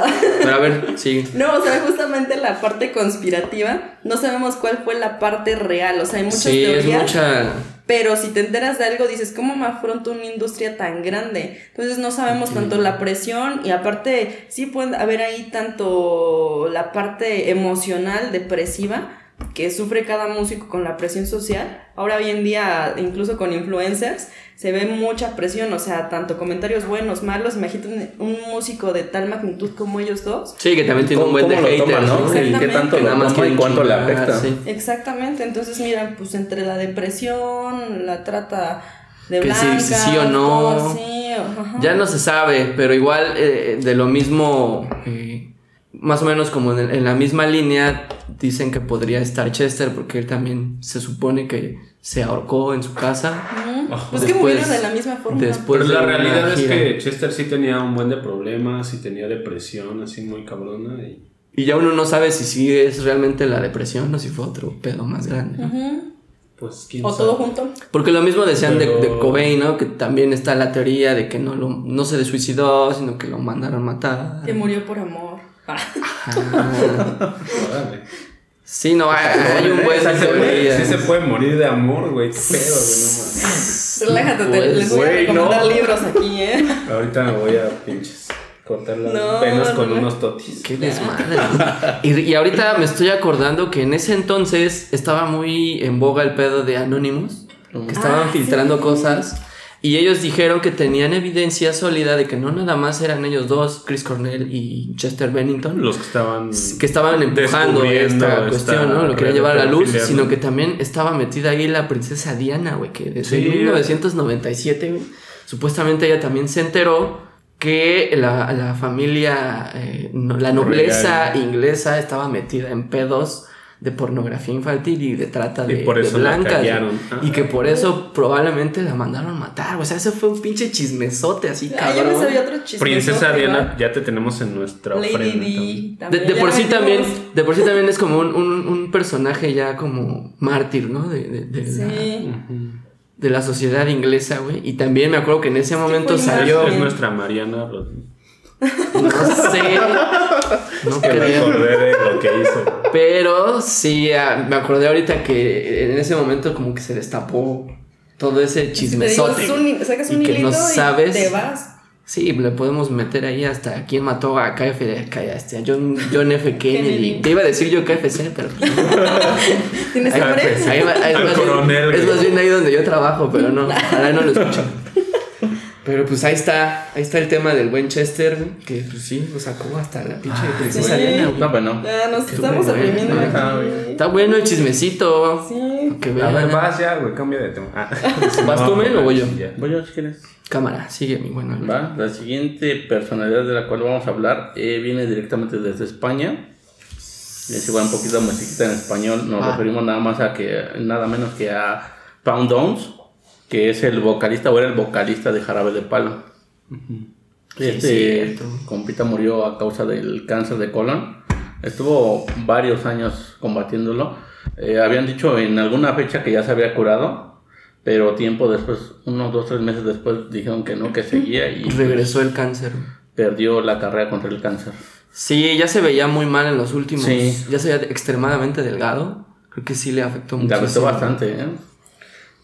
Speaker 3: Pero a ver, sigue.
Speaker 4: No, o sea, justamente la parte conspirativa, no sabemos cuál fue la parte real, o sea, hay muchas
Speaker 3: Sí, es
Speaker 4: teorías,
Speaker 3: mucha.
Speaker 4: pero si te enteras de algo dices, ¿cómo me afronto una industria tan grande? Entonces no sabemos tanto la presión y aparte sí puede haber ahí tanto la parte emocional, depresiva, que sufre cada músico con la presión social. Ahora hoy en día, incluso con influencers, se ve mucha presión, o sea, tanto comentarios buenos, malos, imagínate un un músico de tal magnitud como ellos dos.
Speaker 3: Sí, que también tiene un buen de
Speaker 2: ¿Cómo lo
Speaker 3: haters,
Speaker 2: toma,
Speaker 3: ¿no?
Speaker 2: no? ¿Y
Speaker 3: Que-
Speaker 4: Exactamente.
Speaker 2: qué tanto
Speaker 3: que
Speaker 2: lo
Speaker 3: nada más
Speaker 2: toma y
Speaker 3: quieren
Speaker 2: cuánto le
Speaker 3: chingar,
Speaker 2: afecta?
Speaker 3: sí.
Speaker 4: Exactamente, entonces mira, pues entre la depresión, la trata de
Speaker 3: Que si-
Speaker 4: blancas,
Speaker 3: si sí o no.
Speaker 4: todo así, ajá.
Speaker 3: Ya no se sabe, pero igual eh, de lo mismo, eh, más o menos como en, el- en la misma línea, dicen que podría estar Chester porque él también se supone que se ahorcó en su casa.
Speaker 4: Ujú. Pues que
Speaker 3: Después-
Speaker 4: murieron de la misma forma.
Speaker 3: Después
Speaker 1: Pero Pues la
Speaker 3: de una
Speaker 1: realidad es
Speaker 3: gira.
Speaker 1: que Chester sí tenía un buen de problemas y tenía depresión así muy cabrona y
Speaker 3: Y ya uno no sabe si sí es realmente la depresión o si fue otro pedo más grande. ¿no?
Speaker 4: Ujú.
Speaker 1: pues quién
Speaker 4: O
Speaker 1: sabe.
Speaker 4: todo junto.
Speaker 3: Porque lo mismo decían de- de,
Speaker 1: Pero-
Speaker 3: Cobain, ¿no? Que también está la teoría de que no, lo, no se suicidó, sino que lo mandaron matar.
Speaker 4: Que murió por amor. Ah. [LAUGHS]
Speaker 3: Ah.
Speaker 1: Órale.
Speaker 3: Sí,
Speaker 1: [LAUGHS]
Speaker 3: no, hay, [LAUGHS] hay un buen
Speaker 1: Sí
Speaker 3: de
Speaker 1: se puede-
Speaker 3: teorías.
Speaker 1: Sí se puede morir de amor, güey. Qué pedo, güey,
Speaker 4: [LAUGHS]
Speaker 1: no mames.
Speaker 4: Relájate, te-
Speaker 3: Pues,
Speaker 4: les voy a
Speaker 2: güey,
Speaker 4: recomendar
Speaker 2: no.
Speaker 4: libros
Speaker 3: [LAUGHS]
Speaker 4: aquí, ¿eh?
Speaker 1: Ahorita me voy a pinches cortar las
Speaker 4: No,
Speaker 1: venas
Speaker 4: no,
Speaker 1: con
Speaker 4: no.
Speaker 1: unos totis.
Speaker 3: Qué desmadre. y, y ahorita me estoy acordando que en ese entonces estaba muy en boga el pedo de Anonymous, que estaban
Speaker 4: Ah,
Speaker 3: filtrando
Speaker 4: sí.
Speaker 3: cosas. Y ellos dijeron que tenían evidencia sólida de que no nada más eran ellos dos, Chris Cornell y Chester Bennington,
Speaker 1: Los que estaban.
Speaker 3: que estaban empujando
Speaker 1: Descubriendo
Speaker 3: esta
Speaker 1: esta
Speaker 3: cuestión, ¿no? Lo
Speaker 1: red de
Speaker 3: querían llevar a la luz,
Speaker 1: pedofilia,
Speaker 3: sino
Speaker 1: ¿no?
Speaker 3: que también estaba metida ahí la princesa Diana, güey, que desde
Speaker 1: Sí.
Speaker 3: 1997, güey, supuestamente ella también se enteró que la, la familia, eh, no- la nobleza
Speaker 1: Real.
Speaker 3: inglesa estaba metida en pedos de pornografía infantil y de trata de,
Speaker 1: Y por
Speaker 3: de
Speaker 1: eso la
Speaker 3: blancas. güey.
Speaker 1: callaron.
Speaker 3: Y que por eso probablemente la mandaron matar. güey. O sea, ese fue un pinche chismesote así,
Speaker 4: Ah, yo
Speaker 3: cabrón.
Speaker 4: me sabía otro chiste.
Speaker 1: Princesa Diana, ya te tenemos en nuestra ofrenda. también.
Speaker 4: Lady D.
Speaker 3: De,
Speaker 4: también.
Speaker 3: de por
Speaker 4: Ya
Speaker 3: sí
Speaker 4: vimos.
Speaker 3: también, de por sí también es como un, un- un personaje ya como mártir, ¿no? De, de- de la,
Speaker 4: Sí.
Speaker 3: de la sociedad inglesa, güey. Y también me acuerdo que en ese momento
Speaker 4: fue
Speaker 3: salió,
Speaker 1: Es
Speaker 4: imagen.
Speaker 1: nuestra Mariana Rodríguez.
Speaker 3: no sé, no
Speaker 1: Que me
Speaker 3: creo.
Speaker 1: acordé de lo que hizo.
Speaker 3: Pero sí, ah, me acordé ahorita que en ese momento como que se destapó todo ese
Speaker 4: Si te digo,
Speaker 3: chismesote.
Speaker 4: es un- sacas un
Speaker 3: y que
Speaker 4: hilito
Speaker 3: no sabes
Speaker 4: y te vas.
Speaker 3: Sí, le podemos meter ahí hasta quién mató a KF, a John, John F. Kennedy.
Speaker 4: [LAUGHS] Kennedy.
Speaker 3: Te iba a decir yo KFC, pero.
Speaker 4: ¿Tienes
Speaker 3: Ahí-
Speaker 4: hambre?
Speaker 1: pues,
Speaker 3: ahí va- ahí
Speaker 1: Al
Speaker 3: más bien-
Speaker 1: coronel,
Speaker 3: es
Speaker 1: güey.
Speaker 3: más bien ahí donde yo trabajo, pero no, ojalá no lo escuchen. Pero pues ahí está, ahí está el tema del buen Chester, güey, que pues sí, lo sacó hasta la pinche princesa
Speaker 4: sí.
Speaker 3: Diana, güey.
Speaker 2: No, pues no.
Speaker 4: Ah, nos estamos
Speaker 3: bueno, ¿eh?
Speaker 4: oprimiendo
Speaker 3: no,
Speaker 4: aquí.
Speaker 3: Está bueno el chismecito.
Speaker 4: Sí.
Speaker 3: Que
Speaker 5: A ver,
Speaker 3: vean.
Speaker 5: vas ya, güey, cambia de tema. Ah.
Speaker 3: ¿Vas tú, Mel, o voy yo?
Speaker 5: Ya.
Speaker 2: eh, Voy yo si quieres.
Speaker 3: Cámara, sigue mi bueno. Luis.
Speaker 2: Va, La siguiente personalidad de la cual vamos a hablar eh, viene directamente desde España. Es igual un poquito de musiquita en español. Nos
Speaker 3: Ah.
Speaker 2: referimos nada más a que, nada menos que a Pound Downs, que es el vocalista o era el vocalista de Jarabe de Palo.
Speaker 3: Sí,
Speaker 2: Este
Speaker 3: cierto.
Speaker 2: compita murió a causa del cáncer de colon. Estuvo varios años combatiéndolo. Eh, habían dicho en alguna fecha que ya se había curado, pero tiempo después, unos dos, tres meses después, dijeron que no, que seguía y pues,
Speaker 3: Regresó el cáncer. güey.
Speaker 2: perdió la carrera contra el cáncer.
Speaker 3: Sí, ya se veía muy mal en los últimos.
Speaker 2: Sí.
Speaker 3: Ya se veía extremadamente delgado. Creo que sí le afectó mucho.
Speaker 2: Le afectó bastante, ¿eh?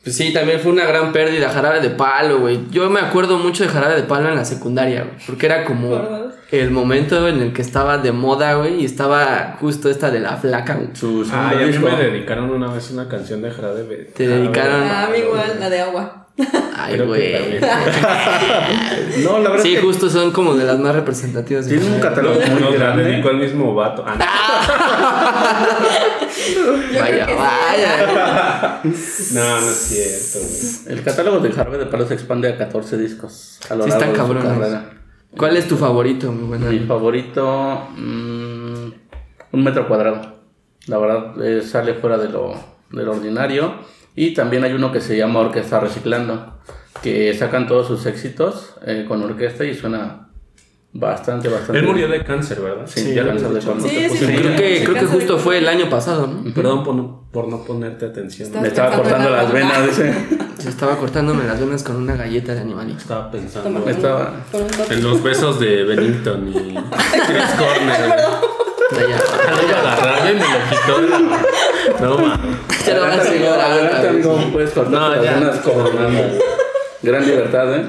Speaker 3: Pues sí, también fue una gran pérdida. Jarabe de palo, güey. Yo me acuerdo mucho de Jarabe de palo en la secundaria, güey. Porque era como
Speaker 4: ¿Recuerdas?
Speaker 3: el momento en el que estaba de moda, güey. Y estaba justo esta de la flaca, güey.
Speaker 2: Su segundo
Speaker 1: Ah, y a mí
Speaker 2: Pues, disco.
Speaker 1: me dedicaron una vez una canción de Jarabe. de-
Speaker 3: Te dedicaron-
Speaker 4: Ah, a mí igual, la de agua.
Speaker 3: Ay,
Speaker 1: Creo que
Speaker 3: güey.
Speaker 1: también.
Speaker 2: No, la verdad
Speaker 3: Sí,
Speaker 2: es que
Speaker 3: justo son como de las más representativas. de
Speaker 2: tiene un
Speaker 3: Jarabe.
Speaker 2: catálogo muy
Speaker 1: Nos la
Speaker 2: grande.
Speaker 1: dedicó al mismo vato. Ah, no.
Speaker 3: Vaya, vaya.
Speaker 1: No, no es cierto, güey.
Speaker 2: El catálogo de Harvey de Palo se expande a 14 discos a lo
Speaker 3: Sí,
Speaker 2: largo
Speaker 3: están
Speaker 2: de su
Speaker 3: cabrones.
Speaker 2: carrera.
Speaker 3: ¿Cuál es tu favorito, mi buena?
Speaker 2: Mi favorito, mm, un metro cuadrado. La verdad, eh, sale fuera de lo, de lo ordinario. Y también hay uno que se llama Orquesta Reciclando, que sacan todos sus éxitos eh, con orquesta y suena bastante, bastante.
Speaker 1: Él murió
Speaker 2: bien.
Speaker 1: de cáncer, ¿verdad?
Speaker 2: Sí, ya
Speaker 1: lo
Speaker 2: lo
Speaker 1: habías
Speaker 2: de
Speaker 1: dicho.
Speaker 2: cuando
Speaker 4: Sí,
Speaker 2: te
Speaker 4: sí,
Speaker 2: puse-
Speaker 4: sí.
Speaker 3: Creo que, creo que
Speaker 4: Cáncer de
Speaker 3: justo fue el año pasado, ¿no?
Speaker 1: Perdón por no, por no ponerte atención.
Speaker 4: Está-
Speaker 2: Me estaba cortando las venas,
Speaker 4: eh.
Speaker 2: dice.
Speaker 3: Yo estaba cortándome las venas con una galleta de animalito.
Speaker 1: Estaba
Speaker 4: Toma,
Speaker 1: pensando
Speaker 4: con un-
Speaker 2: Estaba-
Speaker 4: con un toque.
Speaker 1: en los besos de Bennington y [LAUGHS] Chris Corner. güey.
Speaker 3: Ya,
Speaker 1: Lo iba a agarrar y me lo quitó. No, mames.
Speaker 3: Te lo
Speaker 2: Adelante, amigo, adelante,
Speaker 3: vas
Speaker 2: amigo, puedes cortarte
Speaker 1: No,
Speaker 2: las
Speaker 1: ya.
Speaker 2: venas con- Gran libertad, ¿eh?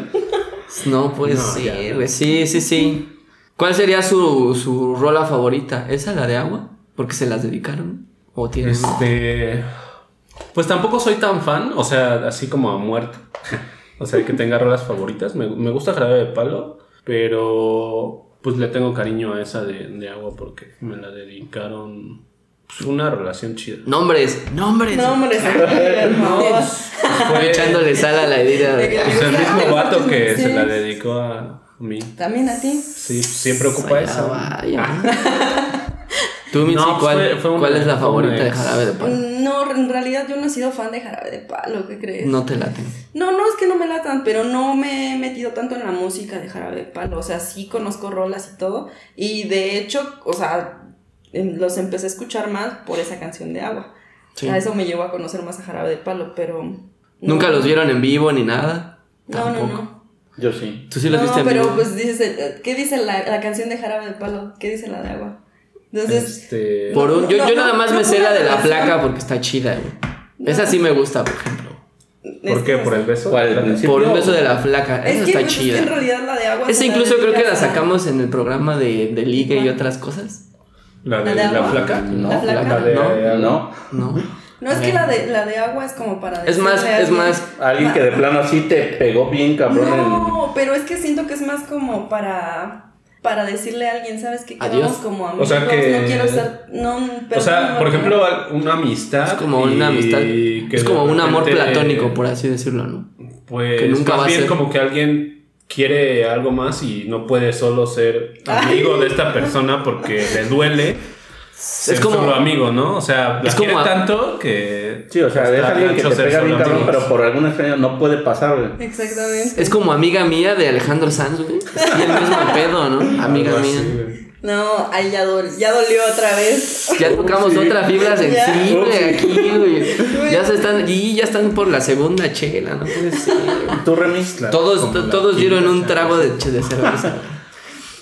Speaker 3: a No puede ser, güey. Sí, sí, sí. ¿Cuál sería su, su rola favorita? ¿Esa la de agua? Porque se las dedicaron. ¿O tienen
Speaker 1: Este. Pues tampoco soy tan fan, o sea, así como a muerte. O sea, que tenga rolas favoritas. Me, me gusta Jarabe de Palo, pero pues le tengo cariño a esa de, de agua porque me la dedicaron. Pues, fue una relación chida.
Speaker 3: nombres? Nombres.
Speaker 4: No, hombre, se
Speaker 1: [LAUGHS]
Speaker 4: no.
Speaker 3: Fue echándole sal a la herida.
Speaker 4: De que-
Speaker 1: O
Speaker 4: [LAUGHS]
Speaker 1: sea, Pues el mismo vato que
Speaker 4: Sí.
Speaker 1: se la dedicó a mí.
Speaker 4: También a ti.
Speaker 1: Sí, siempre ocupa
Speaker 3: Vaya,
Speaker 1: esa.
Speaker 3: vaya. Tú, Mitzi,
Speaker 1: Ah. No, pues
Speaker 3: ¿cuál,
Speaker 1: fue- fue una-
Speaker 3: cuál es
Speaker 1: fue
Speaker 3: la
Speaker 1: una
Speaker 3: favorita de
Speaker 1: ex.
Speaker 3: Jarabe de Palo?
Speaker 4: No, en realidad yo no he sido fan de Jarabe de Palo, ¿qué crees?
Speaker 3: No te late.
Speaker 4: No, no es que no me latan, pero no me he metido tanto en la música de Jarabe de Palo. O sea, sí conozco rolas y todo. Y de hecho, o sea, em, los empecé a escuchar más por esa canción de agua.
Speaker 3: Sí.
Speaker 4: A eso me llevó a conocer más a Jarabe de Palo, pero. no.
Speaker 3: ¿Nunca los vieron en vivo ni nada?
Speaker 4: No, no,
Speaker 3: Tampoco.
Speaker 4: no.
Speaker 2: Yo sí.
Speaker 3: ¿Tú sí los
Speaker 4: no,
Speaker 3: viste en
Speaker 4: pero
Speaker 3: vivo?
Speaker 4: pues dices, eh, ¿qué dice la, la canción de Jarabe de Palo? ¿Qué dice la de agua? Entonces,
Speaker 1: Este.
Speaker 3: Por un- yo,
Speaker 4: No,
Speaker 3: yo
Speaker 4: no,
Speaker 3: nada más
Speaker 4: no,
Speaker 3: me sé
Speaker 4: no,
Speaker 3: la de la
Speaker 4: no.
Speaker 3: placa porque está chida, güey. Esa sí me gusta, por ejemplo.
Speaker 1: ¿Por qué? ¿Por el beso?
Speaker 2: ¿Cuál? ¿El principio?
Speaker 3: Por un beso de la flaca.
Speaker 4: Es
Speaker 3: Esa
Speaker 4: que,
Speaker 3: está
Speaker 4: pues, es que en
Speaker 3: chida.
Speaker 4: realidad la de agua.
Speaker 3: Esa
Speaker 4: se
Speaker 3: incluso creo que la
Speaker 4: dedicas a-
Speaker 3: sacamos en el programa de, de liga y otras cosas.
Speaker 1: ¿La de
Speaker 4: ¿La de
Speaker 1: la,
Speaker 4: agua?
Speaker 1: flaca?
Speaker 2: No,
Speaker 4: La flaca.
Speaker 1: La de-
Speaker 2: No, Eh, no.
Speaker 3: No.
Speaker 4: No, es que la de, la de agua es como para.
Speaker 3: Es más,
Speaker 4: decirle a
Speaker 3: es
Speaker 4: alguien-
Speaker 3: más.
Speaker 2: Alguien que de plano así te pegó bien cabrón en-
Speaker 4: No, pero es que siento que es más como para. Para decirle a alguien, ¿sabes qué? Quedamos
Speaker 3: Adiós.
Speaker 4: como amigos.
Speaker 1: O sea, que-
Speaker 4: No quiero estar. No,
Speaker 1: O sea,
Speaker 4: perdón,
Speaker 1: por
Speaker 4: no-
Speaker 1: ejemplo, al- una amistad.
Speaker 3: Es como una
Speaker 1: y
Speaker 3: amistad.
Speaker 1: que
Speaker 3: Es
Speaker 1: de
Speaker 3: como un amor
Speaker 1: repente,
Speaker 3: platónico, por así decirlo, ¿no?
Speaker 1: Pues
Speaker 3: que nunca
Speaker 1: más
Speaker 3: va a
Speaker 1: bien
Speaker 3: ser.
Speaker 1: como que alguien quiere algo más y no puede solo ser amigo de esta persona porque le duele ser
Speaker 3: [LAUGHS] Es como.
Speaker 1: solo amigo, ¿no? O sea, la
Speaker 3: Es como
Speaker 1: quiere
Speaker 3: a-
Speaker 1: tanto que.
Speaker 2: Sí, o sea,
Speaker 1: hasta
Speaker 2: es alguien que
Speaker 1: gacho
Speaker 2: te
Speaker 1: ser
Speaker 2: pega bien
Speaker 1: solo
Speaker 2: cabrón,
Speaker 1: amigos.
Speaker 2: pero por alguna extraña no puede pasar, güey.
Speaker 4: Exactamente.
Speaker 3: Es como amiga mía de Alejandro Sanz, güey. Sí, el
Speaker 4: [LAUGHS]
Speaker 3: mismo pedo, ¿no? Amiga
Speaker 1: Algo
Speaker 3: mía.
Speaker 1: así, güey.
Speaker 4: No, ahí ya, dol- ya dolió otra vez.
Speaker 3: Ya tocamos otra fibra sensible aquí, güey. Ya se están. Y ya están por la segunda chela, ¿no? Puede ser, güey.
Speaker 2: Tú, Remis,
Speaker 1: Claro,
Speaker 3: Todos,
Speaker 1: como
Speaker 3: to-
Speaker 1: la
Speaker 3: todos
Speaker 1: quinta,
Speaker 3: dieron un
Speaker 1: chava.
Speaker 3: trago de, che- de cerveza.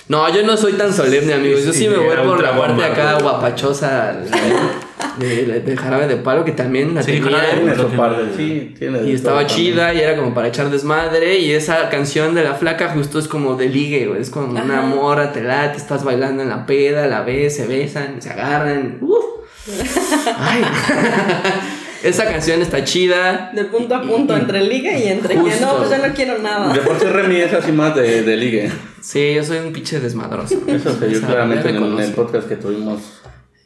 Speaker 3: No, yo no soy tan solemne, amigos. Yo sí
Speaker 1: Sí,
Speaker 3: me voy
Speaker 1: era un
Speaker 3: por la
Speaker 1: trago
Speaker 3: parte
Speaker 1: amargo.
Speaker 3: acá guapachosa. de, de, de Jarabe de Palo, que también la
Speaker 1: Sí,
Speaker 3: tenía.
Speaker 1: Jarabe de Palo.
Speaker 2: Tiene
Speaker 1: Lo
Speaker 2: su
Speaker 1: que-
Speaker 2: parte, sí, tiene de
Speaker 3: Y
Speaker 2: todo
Speaker 3: estaba
Speaker 2: también.
Speaker 3: chida y era como para echar desmadre. Y esa canción de la flaca justo es como de ligue, güey. Es como una
Speaker 4: Ajá.
Speaker 3: mora, te late, estás bailando en la peda, la ves, se besan, se agarran. ¡Uf! Ay. [LAUGHS] esa canción está chida.
Speaker 4: De punto a punto, entre liga y entre que
Speaker 3: Justo.
Speaker 4: no, pues yo no quiero
Speaker 2: De
Speaker 4: nada.
Speaker 2: por sí Remy es así más de, de
Speaker 3: [LAUGHS]
Speaker 2: ligue.
Speaker 3: Sí, yo soy un pinche desmadroso.
Speaker 2: Eso se vio
Speaker 3: Esa,
Speaker 2: claramente
Speaker 3: ya
Speaker 2: en, el- en el
Speaker 3: reconozco.
Speaker 2: podcast que tuvimos.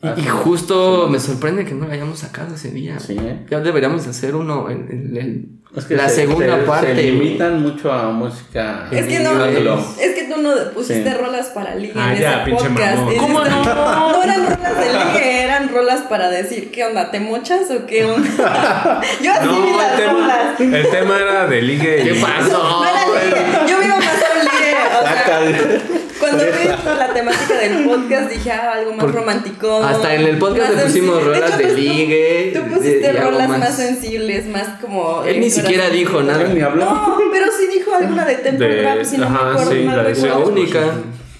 Speaker 3: Y- Y
Speaker 2: hace-
Speaker 3: justo me sorprende que no la hayamos sacado ese día.
Speaker 2: Sí, ¿eh?
Speaker 3: Ya deberíamos hacer uno en, en- en
Speaker 2: Es que
Speaker 3: la
Speaker 2: se-
Speaker 3: segunda
Speaker 2: se-
Speaker 3: parte.
Speaker 2: Se limitan mucho a música.
Speaker 4: Es que no,
Speaker 2: Dándolo.
Speaker 4: es que tú no pusiste
Speaker 2: Sí.
Speaker 4: rolas para liga
Speaker 1: Ah,
Speaker 4: en
Speaker 1: ya,
Speaker 4: ese
Speaker 1: pinche
Speaker 4: podcast.
Speaker 1: mamón.
Speaker 4: Y
Speaker 1: ¿Cómo
Speaker 4: dijiste, no? eran rolas de liga, eran rolas para decir, ¿qué onda? ¿Te mochas o
Speaker 3: [LAUGHS]
Speaker 4: qué onda? yo así vi
Speaker 1: No, el
Speaker 4: las
Speaker 1: tema,
Speaker 4: rolas.
Speaker 1: el tema era de ligue.
Speaker 3: ¿Qué
Speaker 1: y-
Speaker 3: pasó?
Speaker 4: [LAUGHS] No era ligue, yo vivo más con ligue. O sea, [LAUGHS] cuando vi la temática del podcast dije, ah, algo más
Speaker 3: Porque
Speaker 4: romántico.
Speaker 3: hasta en el podcast le
Speaker 4: más
Speaker 3: pusimos
Speaker 4: sensible.
Speaker 3: rolas
Speaker 4: hecho,
Speaker 3: de
Speaker 4: pues, tú-
Speaker 3: ligue,
Speaker 4: Tú
Speaker 3: de-
Speaker 4: pusiste
Speaker 3: y algo
Speaker 4: rolas más.
Speaker 3: más.
Speaker 4: sensibles, más como.
Speaker 3: Él ni
Speaker 4: eh,
Speaker 3: siquiera
Speaker 4: corazón.
Speaker 3: dijo nada.
Speaker 2: Ni habló.
Speaker 4: No, [LAUGHS] pero sí dijo alguna de Temple
Speaker 1: De-
Speaker 4: Rap, si no
Speaker 1: ajá,
Speaker 4: me acuerdo
Speaker 1: sí,
Speaker 4: mal
Speaker 1: la de
Speaker 3: La
Speaker 4: recuerdo.
Speaker 1: Sex.
Speaker 3: única.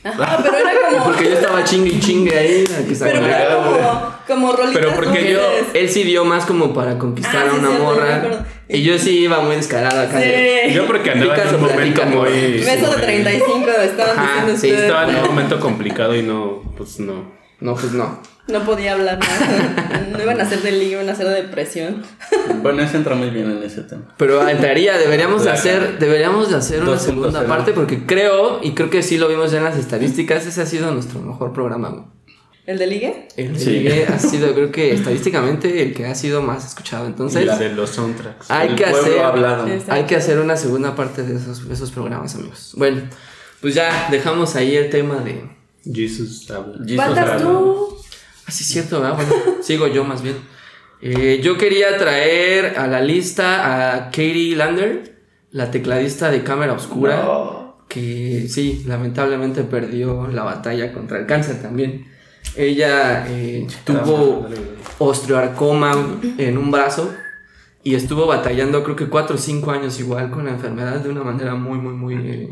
Speaker 4: Ajá, pero era
Speaker 3: [LAUGHS]
Speaker 4: como.
Speaker 3: Porque yo
Speaker 4: [LAUGHS]
Speaker 3: estaba chingue y chingue ahí. la que se
Speaker 4: pero
Speaker 3: acordaba.
Speaker 4: era como, como rolitas.
Speaker 1: Pero porque
Speaker 4: donde
Speaker 1: yo-
Speaker 4: eres-
Speaker 3: Él sí dio más como para conquistar
Speaker 4: Ah,
Speaker 3: a
Speaker 4: sí,
Speaker 3: una
Speaker 4: cierto, ya me
Speaker 3: morra.
Speaker 4: acuerdo.
Speaker 3: Y yo sí iba muy descarada acá. de-
Speaker 4: Sí.
Speaker 1: Yo porque andaba en
Speaker 3: Picas
Speaker 1: un
Speaker 3: o
Speaker 1: momento
Speaker 3: platicas,
Speaker 1: muy.
Speaker 3: ¿no?
Speaker 4: Beso de
Speaker 1: muy-
Speaker 4: 35, estaban
Speaker 3: Ajá,
Speaker 4: diciendo
Speaker 3: sí,
Speaker 4: ustedes.
Speaker 1: Estaba en un momento complicado y no, pues no.
Speaker 3: No, pues no.
Speaker 4: No podía hablar más. [LAUGHS] No iban a ser de liga, iban a ser de depresión.
Speaker 2: Bueno, ese entra muy bien en ese tema.
Speaker 3: Pero entraría, deberíamos de
Speaker 2: Claro.
Speaker 3: hacer, deberíamos de hacer una
Speaker 2: 2.0.
Speaker 3: segunda parte porque creo, y creo que sí lo vimos ya en las estadísticas, ese ha sido nuestro mejor programa. güey.
Speaker 4: ¿El de ligue?
Speaker 3: El
Speaker 2: Sí.
Speaker 3: Ligue ha sido, creo que estadísticamente, el que ha sido más escuchado. Entonces,
Speaker 1: Y la de los soundtracks.
Speaker 3: hay
Speaker 2: El
Speaker 3: que,
Speaker 2: pueblo
Speaker 3: hacer,
Speaker 2: hablado.
Speaker 3: hay que hacer una segunda parte de esos, esos programas, amigos. Bueno, pues ya dejamos ahí el tema de...
Speaker 1: Jesus habla.
Speaker 2: Jesus
Speaker 4: Faltas
Speaker 2: Rally.
Speaker 4: tú.
Speaker 3: Ah, sí, es cierto, ¿verdad? Bueno, sigo yo más bien. Eh, yo quería traer a la lista a Katie Lander, la tecladista de Cámara Oscura.
Speaker 2: No.
Speaker 3: que sí, lamentablemente perdió la batalla contra el cáncer también. Ella eh, tuvo osteoarcoma en un brazo y estuvo batallando creo que 4 o 5 años igual con la enfermedad de una manera muy, muy, muy eh,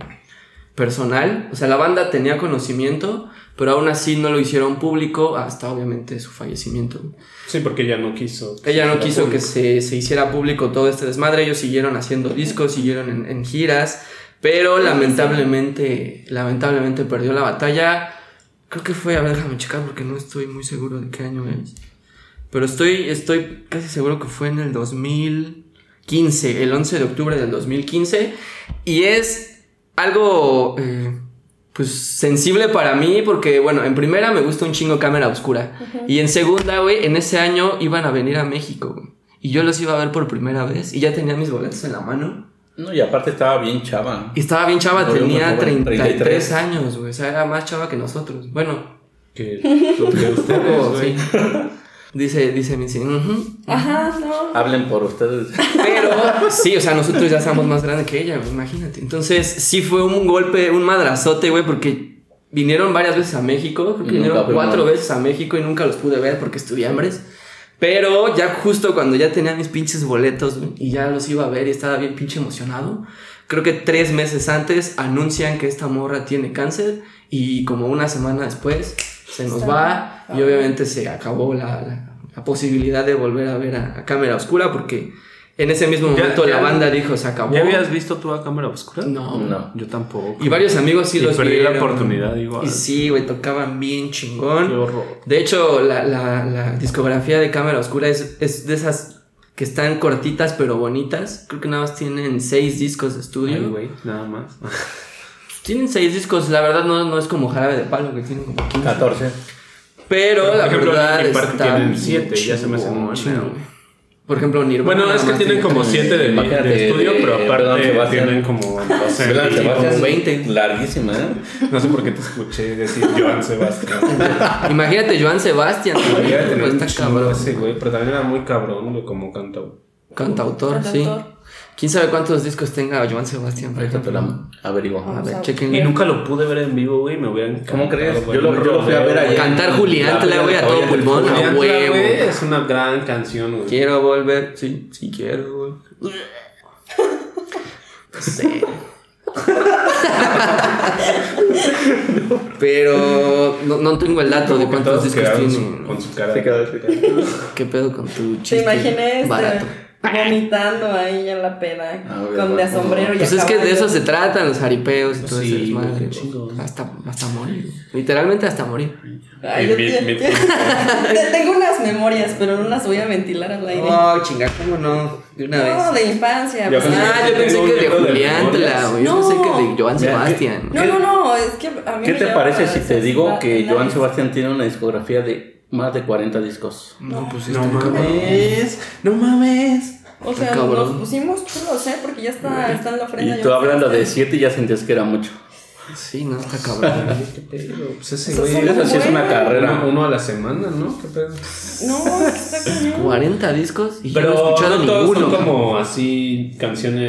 Speaker 3: personal. O sea, la banda tenía conocimiento, pero aún así no lo hicieron público hasta obviamente su fallecimiento.
Speaker 1: Sí, porque ella no quiso.
Speaker 3: Ella no quiso que se, se hiciera público todo este desmadre. Ellos siguieron haciendo discos, siguieron en, en giras. Pero lamentablemente, lamentablemente perdió la batalla. Creo que fue, a ver, déjame checar porque no estoy muy seguro de qué año es. Pero estoy, estoy casi seguro que fue en el 2015, el 11 de octubre del 2015. Y es algo, eh, pues, sensible para mí porque, bueno, en primera me gusta un chingo cámara oscura. Y en segunda, güey, en ese año iban a venir a México. güey. Y yo los iba a ver por primera vez y ya tenía mis boletos en la mano.
Speaker 2: No, y aparte estaba bien chava.
Speaker 3: Y estaba bien chava,
Speaker 2: Lo veo muy
Speaker 3: tenía
Speaker 2: joven,
Speaker 3: 33,
Speaker 2: 33.
Speaker 3: años, güey. O sea, era más chava que nosotros. Bueno, [LAUGHS]
Speaker 1: Que, [LAUGHS] que ustedes,
Speaker 3: poco,
Speaker 1: güey.
Speaker 3: sí. Dice, dice Missy. "Ujú".
Speaker 4: Ajá, no.
Speaker 2: Hablen por ustedes.
Speaker 3: Pero sí, o sea, nosotros ya estamos más grandes que ella, güey, imagínate. Entonces, sí fue un golpe, un madrazote, güey, porque vinieron varias veces a México, creo que
Speaker 2: Y nunca
Speaker 3: vinieron
Speaker 2: fuimos.
Speaker 3: cuatro veces a México y nunca los pude ver porque estudié hambres. Pero ya justo cuando ya tenía mis pinches boletos güey, y ya los iba a ver y estaba bien pinche emocionado, creo que tres meses antes anuncian que esta morra tiene cáncer y como una semana después se nos va y obviamente se acabó la, la- la posibilidad de volver a ver a, a Cámara Oscura porque en ese mismo
Speaker 1: Ya-
Speaker 3: momento
Speaker 1: ya-
Speaker 3: la banda dijo se acabó.
Speaker 1: ¿Ya habías visto tú a cámara oscura?
Speaker 3: No.
Speaker 2: No.
Speaker 1: Yo tampoco.
Speaker 3: Y varios amigos sí
Speaker 1: Y
Speaker 3: los
Speaker 1: perdí la
Speaker 3: vieron.
Speaker 1: oportunidad igual.
Speaker 3: Y sí, güey, tocaban bien
Speaker 1: Qué
Speaker 3: chingón.
Speaker 1: horror.
Speaker 3: De hecho, la, la- la discografía de Cámara Oscura es, es de esas que están cortitas pero bonitas. Creo que nada más tienen seis discos de estudio.
Speaker 1: Ay, güey, nada más.
Speaker 3: tienen seis discos, la verdad no, no es como Jarabe de Palo, que tienen como 15.
Speaker 2: 14.
Speaker 3: Pero
Speaker 1: Por
Speaker 3: la
Speaker 1: ejemplo,
Speaker 3: verdad
Speaker 1: Linkin Park
Speaker 3: está
Speaker 1: tienen
Speaker 3: bien
Speaker 1: siete, ya se me hace
Speaker 3: chingón,
Speaker 1: muy
Speaker 3: chingón,
Speaker 1: bueno.
Speaker 3: güey. Por ejemplo, Nirvana.
Speaker 1: Bueno, es
Speaker 3: nada
Speaker 1: que
Speaker 3: más
Speaker 1: tienen
Speaker 3: tiene
Speaker 1: como
Speaker 3: tres.
Speaker 1: 7 de,
Speaker 2: Imagínate,
Speaker 1: de estudio,
Speaker 2: eh,
Speaker 1: pero
Speaker 2: Blanc
Speaker 1: aparte
Speaker 2: Sebastian.
Speaker 1: tienen como
Speaker 2: Vean, se va a
Speaker 1: 12.
Speaker 2: hacer
Speaker 3: 20.
Speaker 2: Larguísima, ¿eh?
Speaker 1: No sé por qué te escuché decir Joan
Speaker 3: [LAUGHS]
Speaker 1: Sebastián.
Speaker 3: Imagínate Joan Sebastián. güey,
Speaker 1: Debería de tener
Speaker 3: pues,
Speaker 1: un
Speaker 3: está
Speaker 1: chingo
Speaker 3: cabrón.
Speaker 1: ese, güey, pero también era muy cabrón, güey, como canta, güey.
Speaker 3: Cantautor, sí.
Speaker 4: Cantautor.
Speaker 3: ¿Quién sabe cuántos discos tenga Joan Sebastián? por
Speaker 2: Ahorita te
Speaker 3: ejemplo?
Speaker 2: la averiguo.
Speaker 3: A ver,
Speaker 4: Vamos a-
Speaker 3: chequen.
Speaker 1: Y nunca lo pude ver en vivo, güey, me hubieran
Speaker 2: ¿Cómo crees? Yo lo,
Speaker 1: que
Speaker 2: yo lo fui a ver ayer.
Speaker 3: Cantar Julián, te la voy a todo pulmón.
Speaker 1: Julián
Speaker 3: A
Speaker 1: Cla,
Speaker 3: huevo.
Speaker 1: güey, es una gran canción, güey.
Speaker 3: Quiero volver. Sí, sí quiero volver.
Speaker 1: [LAUGHS]
Speaker 3: No sé. Pero no, no tengo el dato de cuántos discos
Speaker 1: quedaron
Speaker 3: tiene.
Speaker 1: su- con su cara.
Speaker 2: Se quedó explicando.
Speaker 3: ¿Qué pedo con tu chiste?
Speaker 4: Te imaginé este,
Speaker 3: barato.
Speaker 4: vomitando ahí en la peda,
Speaker 2: Ah, obvio,
Speaker 4: con de
Speaker 2: bueno.
Speaker 4: sombrero y
Speaker 3: Pues
Speaker 4: a
Speaker 3: es que de
Speaker 4: caballo.
Speaker 3: eso se tratan los jaripeos y todo
Speaker 1: Sí,
Speaker 3: ese desmadre.
Speaker 1: qué chingón.
Speaker 3: Hasta, hasta morir. Literalmente hasta morir.
Speaker 4: Ay,
Speaker 1: Y
Speaker 4: yo
Speaker 1: mi-
Speaker 4: te- [LAUGHS]
Speaker 1: mi-
Speaker 4: te- tengo unas memorias, pero no las voy a ventilar al aire.
Speaker 2: Ah,
Speaker 3: Oh, chinga, ¿cómo no? De una vez.
Speaker 4: No, de infancia.
Speaker 1: Ya
Speaker 4: pues,
Speaker 1: pensé
Speaker 4: ah,
Speaker 3: Ah, yo pensé
Speaker 1: Tengo
Speaker 3: que
Speaker 1: un
Speaker 3: de
Speaker 1: libro de
Speaker 3: Julián Tla,
Speaker 1: memorias.
Speaker 3: güey. Yo
Speaker 4: No.
Speaker 3: pensé que de
Speaker 2: Mira,
Speaker 3: Joan
Speaker 2: ¿qué-
Speaker 3: Sebastián.
Speaker 4: No, no, no, es que a mí
Speaker 2: ¿Qué
Speaker 4: me
Speaker 2: te
Speaker 4: llama
Speaker 2: parece
Speaker 4: la
Speaker 2: si te
Speaker 4: atención
Speaker 2: digo
Speaker 4: la-
Speaker 2: que
Speaker 4: la-
Speaker 2: Joan Sebastián tiene una discografía de más de 40 discos?
Speaker 3: No, pues
Speaker 1: No
Speaker 3: está cabrón.
Speaker 1: mames, no mames.
Speaker 4: O sea,
Speaker 3: Cabrón.
Speaker 4: nos pusimos chulos, ¿eh? Porque ya está, está en la ofrenda.
Speaker 2: Ah, Y
Speaker 4: ya
Speaker 2: tú
Speaker 4: está-
Speaker 2: hablando de 7 ya sentías que era mucho.
Speaker 3: Sí, no, está cabrón.
Speaker 1: ¿Qué pedo? Pues ese
Speaker 4: Esos
Speaker 1: güey
Speaker 4: son
Speaker 2: Eso sí es una
Speaker 4: buenos.
Speaker 1: Uno,
Speaker 2: carrera.
Speaker 1: uno a la semana, ¿no? ¿Qué pedo?
Speaker 4: No, está cañón.
Speaker 3: 40 discos y yo
Speaker 1: Pero
Speaker 3: no he escuchado
Speaker 1: no todos
Speaker 3: ninguno.
Speaker 1: son como así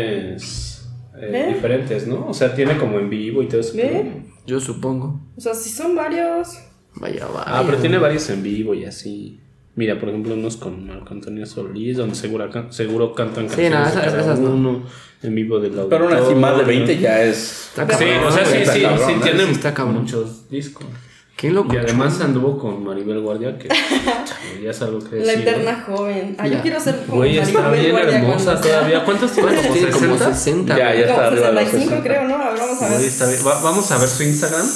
Speaker 1: canciones eh,
Speaker 4: ¿Eh?
Speaker 1: diferentes, ¿no? O sea, tiene como en vivo y todo eso.
Speaker 4: ¿Ve?
Speaker 3: Yo supongo.
Speaker 4: O sea, sí son varios.
Speaker 3: Vaya, vaya.
Speaker 1: Ah, pero tiene varios en vivo y así. Mira, por ejemplo, unos con Marco Antonio Solís, donde seguro, ca- seguro cantan
Speaker 3: Sí,
Speaker 1: canciones
Speaker 3: no,
Speaker 1: de
Speaker 3: esas-
Speaker 1: cada
Speaker 3: esas no.
Speaker 1: uno en vivo del autor.
Speaker 2: Pero aún así, más de 20 ya es.
Speaker 3: Está
Speaker 1: Sí,
Speaker 3: cabrón,
Speaker 1: o sea, sí,
Speaker 3: güey.
Speaker 1: sí,
Speaker 2: está
Speaker 1: sí,
Speaker 2: cabrón, ¿eh?
Speaker 1: tiene
Speaker 3: Sí está cabrón.
Speaker 1: muchos discos.
Speaker 3: Qué loco.
Speaker 1: Y además anduvo con Maribel Guardia, [LAUGHS] que ya es algo que
Speaker 2: Pues
Speaker 4: La
Speaker 1: decir,
Speaker 4: eterna joven. Ah,
Speaker 3: Ya.
Speaker 4: yo quiero ser
Speaker 1: ¿no? Güey, está
Speaker 4: Maribel
Speaker 1: bien
Speaker 4: Guardia
Speaker 1: hermosa
Speaker 4: cuando-
Speaker 1: todavía. ¿Cuántos tiene?
Speaker 3: ¿Cuántos
Speaker 1: ¿Como
Speaker 3: tiene? Como
Speaker 1: 60?
Speaker 3: 60.
Speaker 2: Ya, ya
Speaker 3: güey.
Speaker 4: Como
Speaker 2: está arriba de los
Speaker 4: 65
Speaker 2: 60.
Speaker 4: creo, ¿no? Ahora Vamos a ver.
Speaker 1: Güey, está bien. Va- vamos a ver su [LAUGHS] Instagram.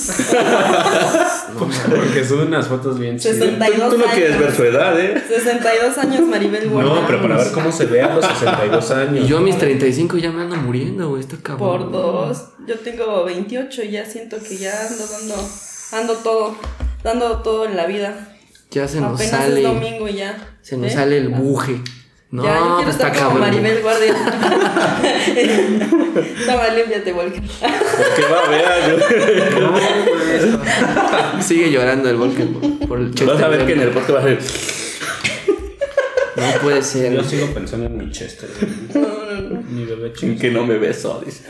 Speaker 1: Porque sube unas fotos bien chidas.
Speaker 4: 60.
Speaker 2: Tú, tú no quieres ver su edad, ¿eh?
Speaker 4: 62 años Maribel Guardia.
Speaker 1: No, pero para ver cómo se ve a los 62 años.
Speaker 3: Y yo a mis 35 ya me ando muriendo, güey. Está cabrón.
Speaker 4: Por dos. Yo tengo 28 y ya siento que ya ando dando, ando todo, dando todo en la vida.
Speaker 3: Ya se nos
Speaker 4: Apenas
Speaker 3: sale.
Speaker 4: es domingo y ya.
Speaker 3: Se nos
Speaker 4: ¿Eh?
Speaker 3: sale el buje. No,
Speaker 4: ya, yo quiero
Speaker 3: pues está
Speaker 4: estar como
Speaker 3: cabrón.
Speaker 4: Maribel Guardia. [LAUGHS] Toma, límpiate, Volker.
Speaker 2: Porque va a ver.
Speaker 1: No, güey.
Speaker 3: Sigue llorando el Volker por- por el [LAUGHS] chiste.
Speaker 2: Vas a ver que en
Speaker 3: del-
Speaker 2: el podcast va a ser.
Speaker 3: No puede
Speaker 1: Yo
Speaker 3: ser.
Speaker 1: sigo pensando en mi Chester. güey. Mi bebé chiquito.
Speaker 2: Que no me beso, dice.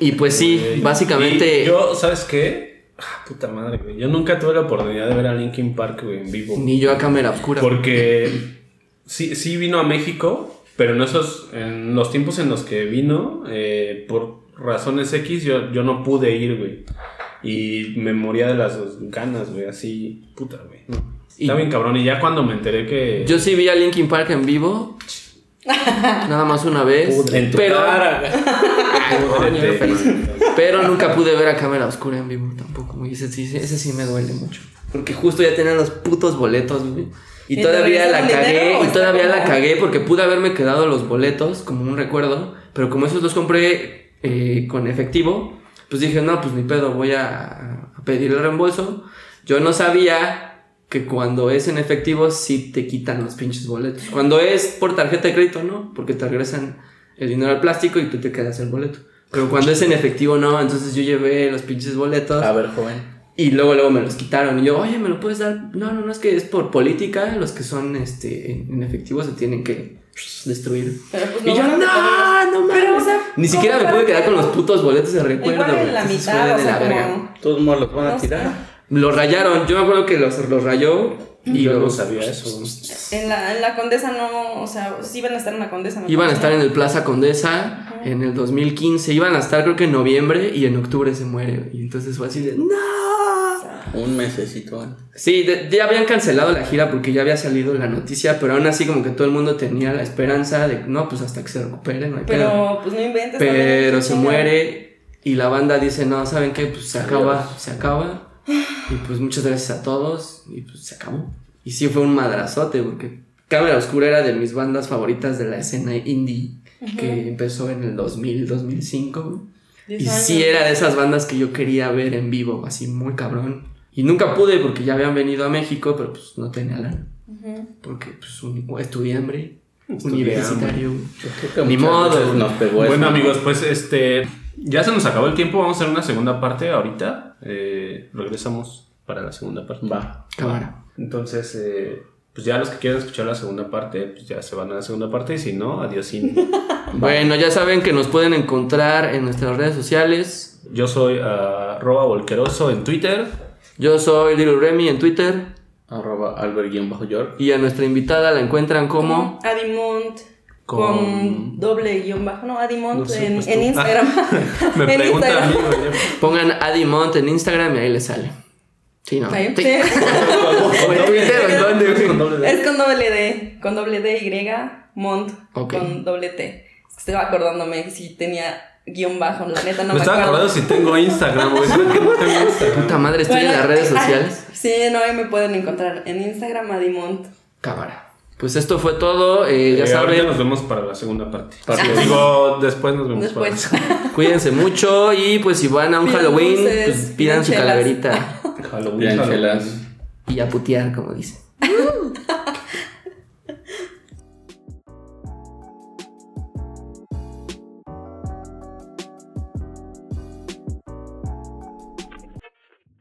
Speaker 3: Y pues sí,
Speaker 1: Y
Speaker 3: básicamente.
Speaker 1: yo, ¿sabes qué? Ah, puta madre, güey. Yo nunca tuve la oportunidad de ver a Linkin Park, güey, en vivo.
Speaker 3: Ni yo a cámara oscura.
Speaker 1: Porque sí, sí vino a México, pero en esos, en los tiempos en los que vino, eh, por razones X, yo, yo no pude ir, güey. Y me moría de las ganas, güey, así, puta, güey. no.
Speaker 3: Y-
Speaker 1: Está bien cabrón, y ya cuando me enteré que...
Speaker 3: Yo sí vi a Linkin Park en
Speaker 4: [LAUGHS]
Speaker 3: vivo. Nada más una vez.
Speaker 1: en tu
Speaker 3: pero,
Speaker 1: cara, Ah, güey.
Speaker 3: Ay, no, ni era
Speaker 1: Vete,
Speaker 3: feliz.
Speaker 1: güey.
Speaker 3: Pero nunca pude ver a cámara oscura en vivo tampoco. güey. Ese sí, ese sí me duele mucho. Porque justo ya tenía los putos boletos, güey. Y
Speaker 4: ¿Y
Speaker 3: todavía
Speaker 4: te
Speaker 3: la
Speaker 4: regresaron dinero
Speaker 3: cagué,
Speaker 4: o
Speaker 3: y
Speaker 4: está
Speaker 3: todavía la
Speaker 4: como-
Speaker 3: cagué porque pude haberme quedado los boletos como un recuerdo. Pero como esos los compré eh, con efectivo, pues dije, no, pues ni pedo, voy a, a pedir el reembolso. Yo no sabía que cuando es en efectivo sí te quitan los pinches boletos. Cuando es por tarjeta de crédito, no, porque te regresan el dinero al plástico y tú te quedas el boleto. Pero cuando es en efectivo, no. Entonces yo llevé los pinches boletos
Speaker 2: A ver, joven.
Speaker 3: y luego, luego me los quitaron. Y yo, oye, ¿me lo puedes dar? No, no, no, es que es por política. Los que son este, en en efectivo se tienen que destruir.
Speaker 4: Pero pues
Speaker 3: y yo,
Speaker 4: van a
Speaker 3: no,
Speaker 4: tener-
Speaker 3: no mames.
Speaker 4: Pero, o sea,
Speaker 3: Ni siquiera me
Speaker 4: ¿cómo
Speaker 3: pude
Speaker 4: para
Speaker 3: quedar
Speaker 4: qué?
Speaker 3: con los putos boletos de recuerdo.
Speaker 4: Igual
Speaker 3: güey.
Speaker 4: en la
Speaker 3: Entonces,
Speaker 4: mitad,
Speaker 3: fue
Speaker 4: o
Speaker 3: de
Speaker 4: sea,
Speaker 3: la verga.
Speaker 4: como...
Speaker 2: Todos modos los van a
Speaker 4: No sé.
Speaker 2: tirar.
Speaker 3: Los rayaron. Yo me acuerdo que los, los rayó. Y
Speaker 1: Yo no
Speaker 3: los-
Speaker 1: sabía eso.
Speaker 4: En la, en la condesa no, o sea, sí iban a estar en la condesa. me
Speaker 3: Iban a estar
Speaker 4: parece.
Speaker 3: en el Plaza Condesa en el 2015. Iban a estar creo que en noviembre y en octubre se muere. Y entonces fue así de, no.
Speaker 2: Un mesecito ¿eh? antes.
Speaker 3: Sí, de- ya habían cancelado la gira porque ya había salido la noticia, pero aún así como que todo el mundo tenía la esperanza de, no, pues hasta que se recupere, no hay pedo.
Speaker 4: Pero pues no inventes. también,
Speaker 3: Pero
Speaker 4: qué
Speaker 3: se
Speaker 4: chingada.
Speaker 3: muere y la banda dice, no, ¿saben qué? Pues se acaba, se acaba. Y pues muchas gracias a todos y pues se acabó. Y sí fue un madrazote porque Cámara Oscura era de mis bandas favoritas de la escena indie que empezó en el 2000, 2005. güey.
Speaker 4: Diez
Speaker 3: Y
Speaker 4: años.
Speaker 3: sí era de esas bandas que yo quería ver en vivo, así muy cabrón. Y nunca pude porque ya habían venido a México, pero pues no tenía lana.
Speaker 4: Ujú.
Speaker 3: Porque pues un, estudié hambre,
Speaker 1: Estudié
Speaker 3: universitario.
Speaker 2: Yo creo que
Speaker 3: Ni
Speaker 2: muchas
Speaker 3: modo.
Speaker 2: veces Nos pegó
Speaker 1: pues, Bueno,
Speaker 2: eso.
Speaker 1: amigos, pues este ya se nos acabó el tiempo. Vamos a hacer una segunda parte ahorita. Eh, regresamos para la segunda parte.
Speaker 2: Va.
Speaker 3: Cámara.
Speaker 1: Entonces, eh, pues ya los que quieran escuchar la segunda parte, pues ya se van a la segunda parte. Y si no, adiós. [LAUGHS] India.
Speaker 3: Bueno, ya saben que nos pueden encontrar en nuestras redes sociales.
Speaker 1: Yo soy ah, arroba volqueroso en Twitter.
Speaker 3: Yo soy Little Remy en Twitter.
Speaker 2: Arroba Albert-York.
Speaker 3: Y a nuestra invitada la encuentran como
Speaker 4: Adimont. con doble guión bajo, no, Adimont
Speaker 1: No sé,
Speaker 4: en,
Speaker 1: pues tú.
Speaker 4: en Instagram.
Speaker 1: [LAUGHS] Me
Speaker 4: [LAUGHS] en
Speaker 1: pregunta a mí,
Speaker 4: Instagram.
Speaker 1: güey.
Speaker 3: Pongan Adi Mont en Instagram y ahí les sale. Sí, ¿no?
Speaker 4: Ahí,
Speaker 3: Sí.
Speaker 4: sí.
Speaker 3: O en Twitter, ¿o en dónde, güey?
Speaker 1: Con doble D.
Speaker 4: [LAUGHS] Es con doble D, con doble D Y, Mont,
Speaker 3: Ok.
Speaker 4: con doble T. Es que Estaba acordándome si tenía guión bajo, la neta no
Speaker 1: Me
Speaker 4: me,
Speaker 1: estaba acordando
Speaker 4: acuerdo.
Speaker 1: si tengo Instagram, güey. Creo [LAUGHS] que no tengo Instagram.
Speaker 3: Puta madre, estoy en
Speaker 4: Bueno,
Speaker 3: las redes
Speaker 4: [LAUGHS] ay,
Speaker 3: sociales.
Speaker 4: Sí, no, ahí me pueden encontrar en Instagram, Adimont.
Speaker 3: Cámara. Pues esto fue todo. eh, ya
Speaker 1: Eh, ahorita
Speaker 3: saben,
Speaker 1: nos vemos para la segunda parte.
Speaker 2: Para-
Speaker 1: Digo, después nos vemos para la
Speaker 4: Después.
Speaker 1: segunda.
Speaker 3: [LAUGHS] cuídense mucho. Y pues si van a un
Speaker 4: Pidan
Speaker 3: Halloween,
Speaker 4: dulces,
Speaker 3: pues pidan
Speaker 4: pidan
Speaker 3: su
Speaker 4: chelas. [LAUGHS]
Speaker 3: calaverita
Speaker 1: Halloween,
Speaker 2: Pidan
Speaker 1: Halloween.
Speaker 2: chelas.
Speaker 3: y a putear, como dicen.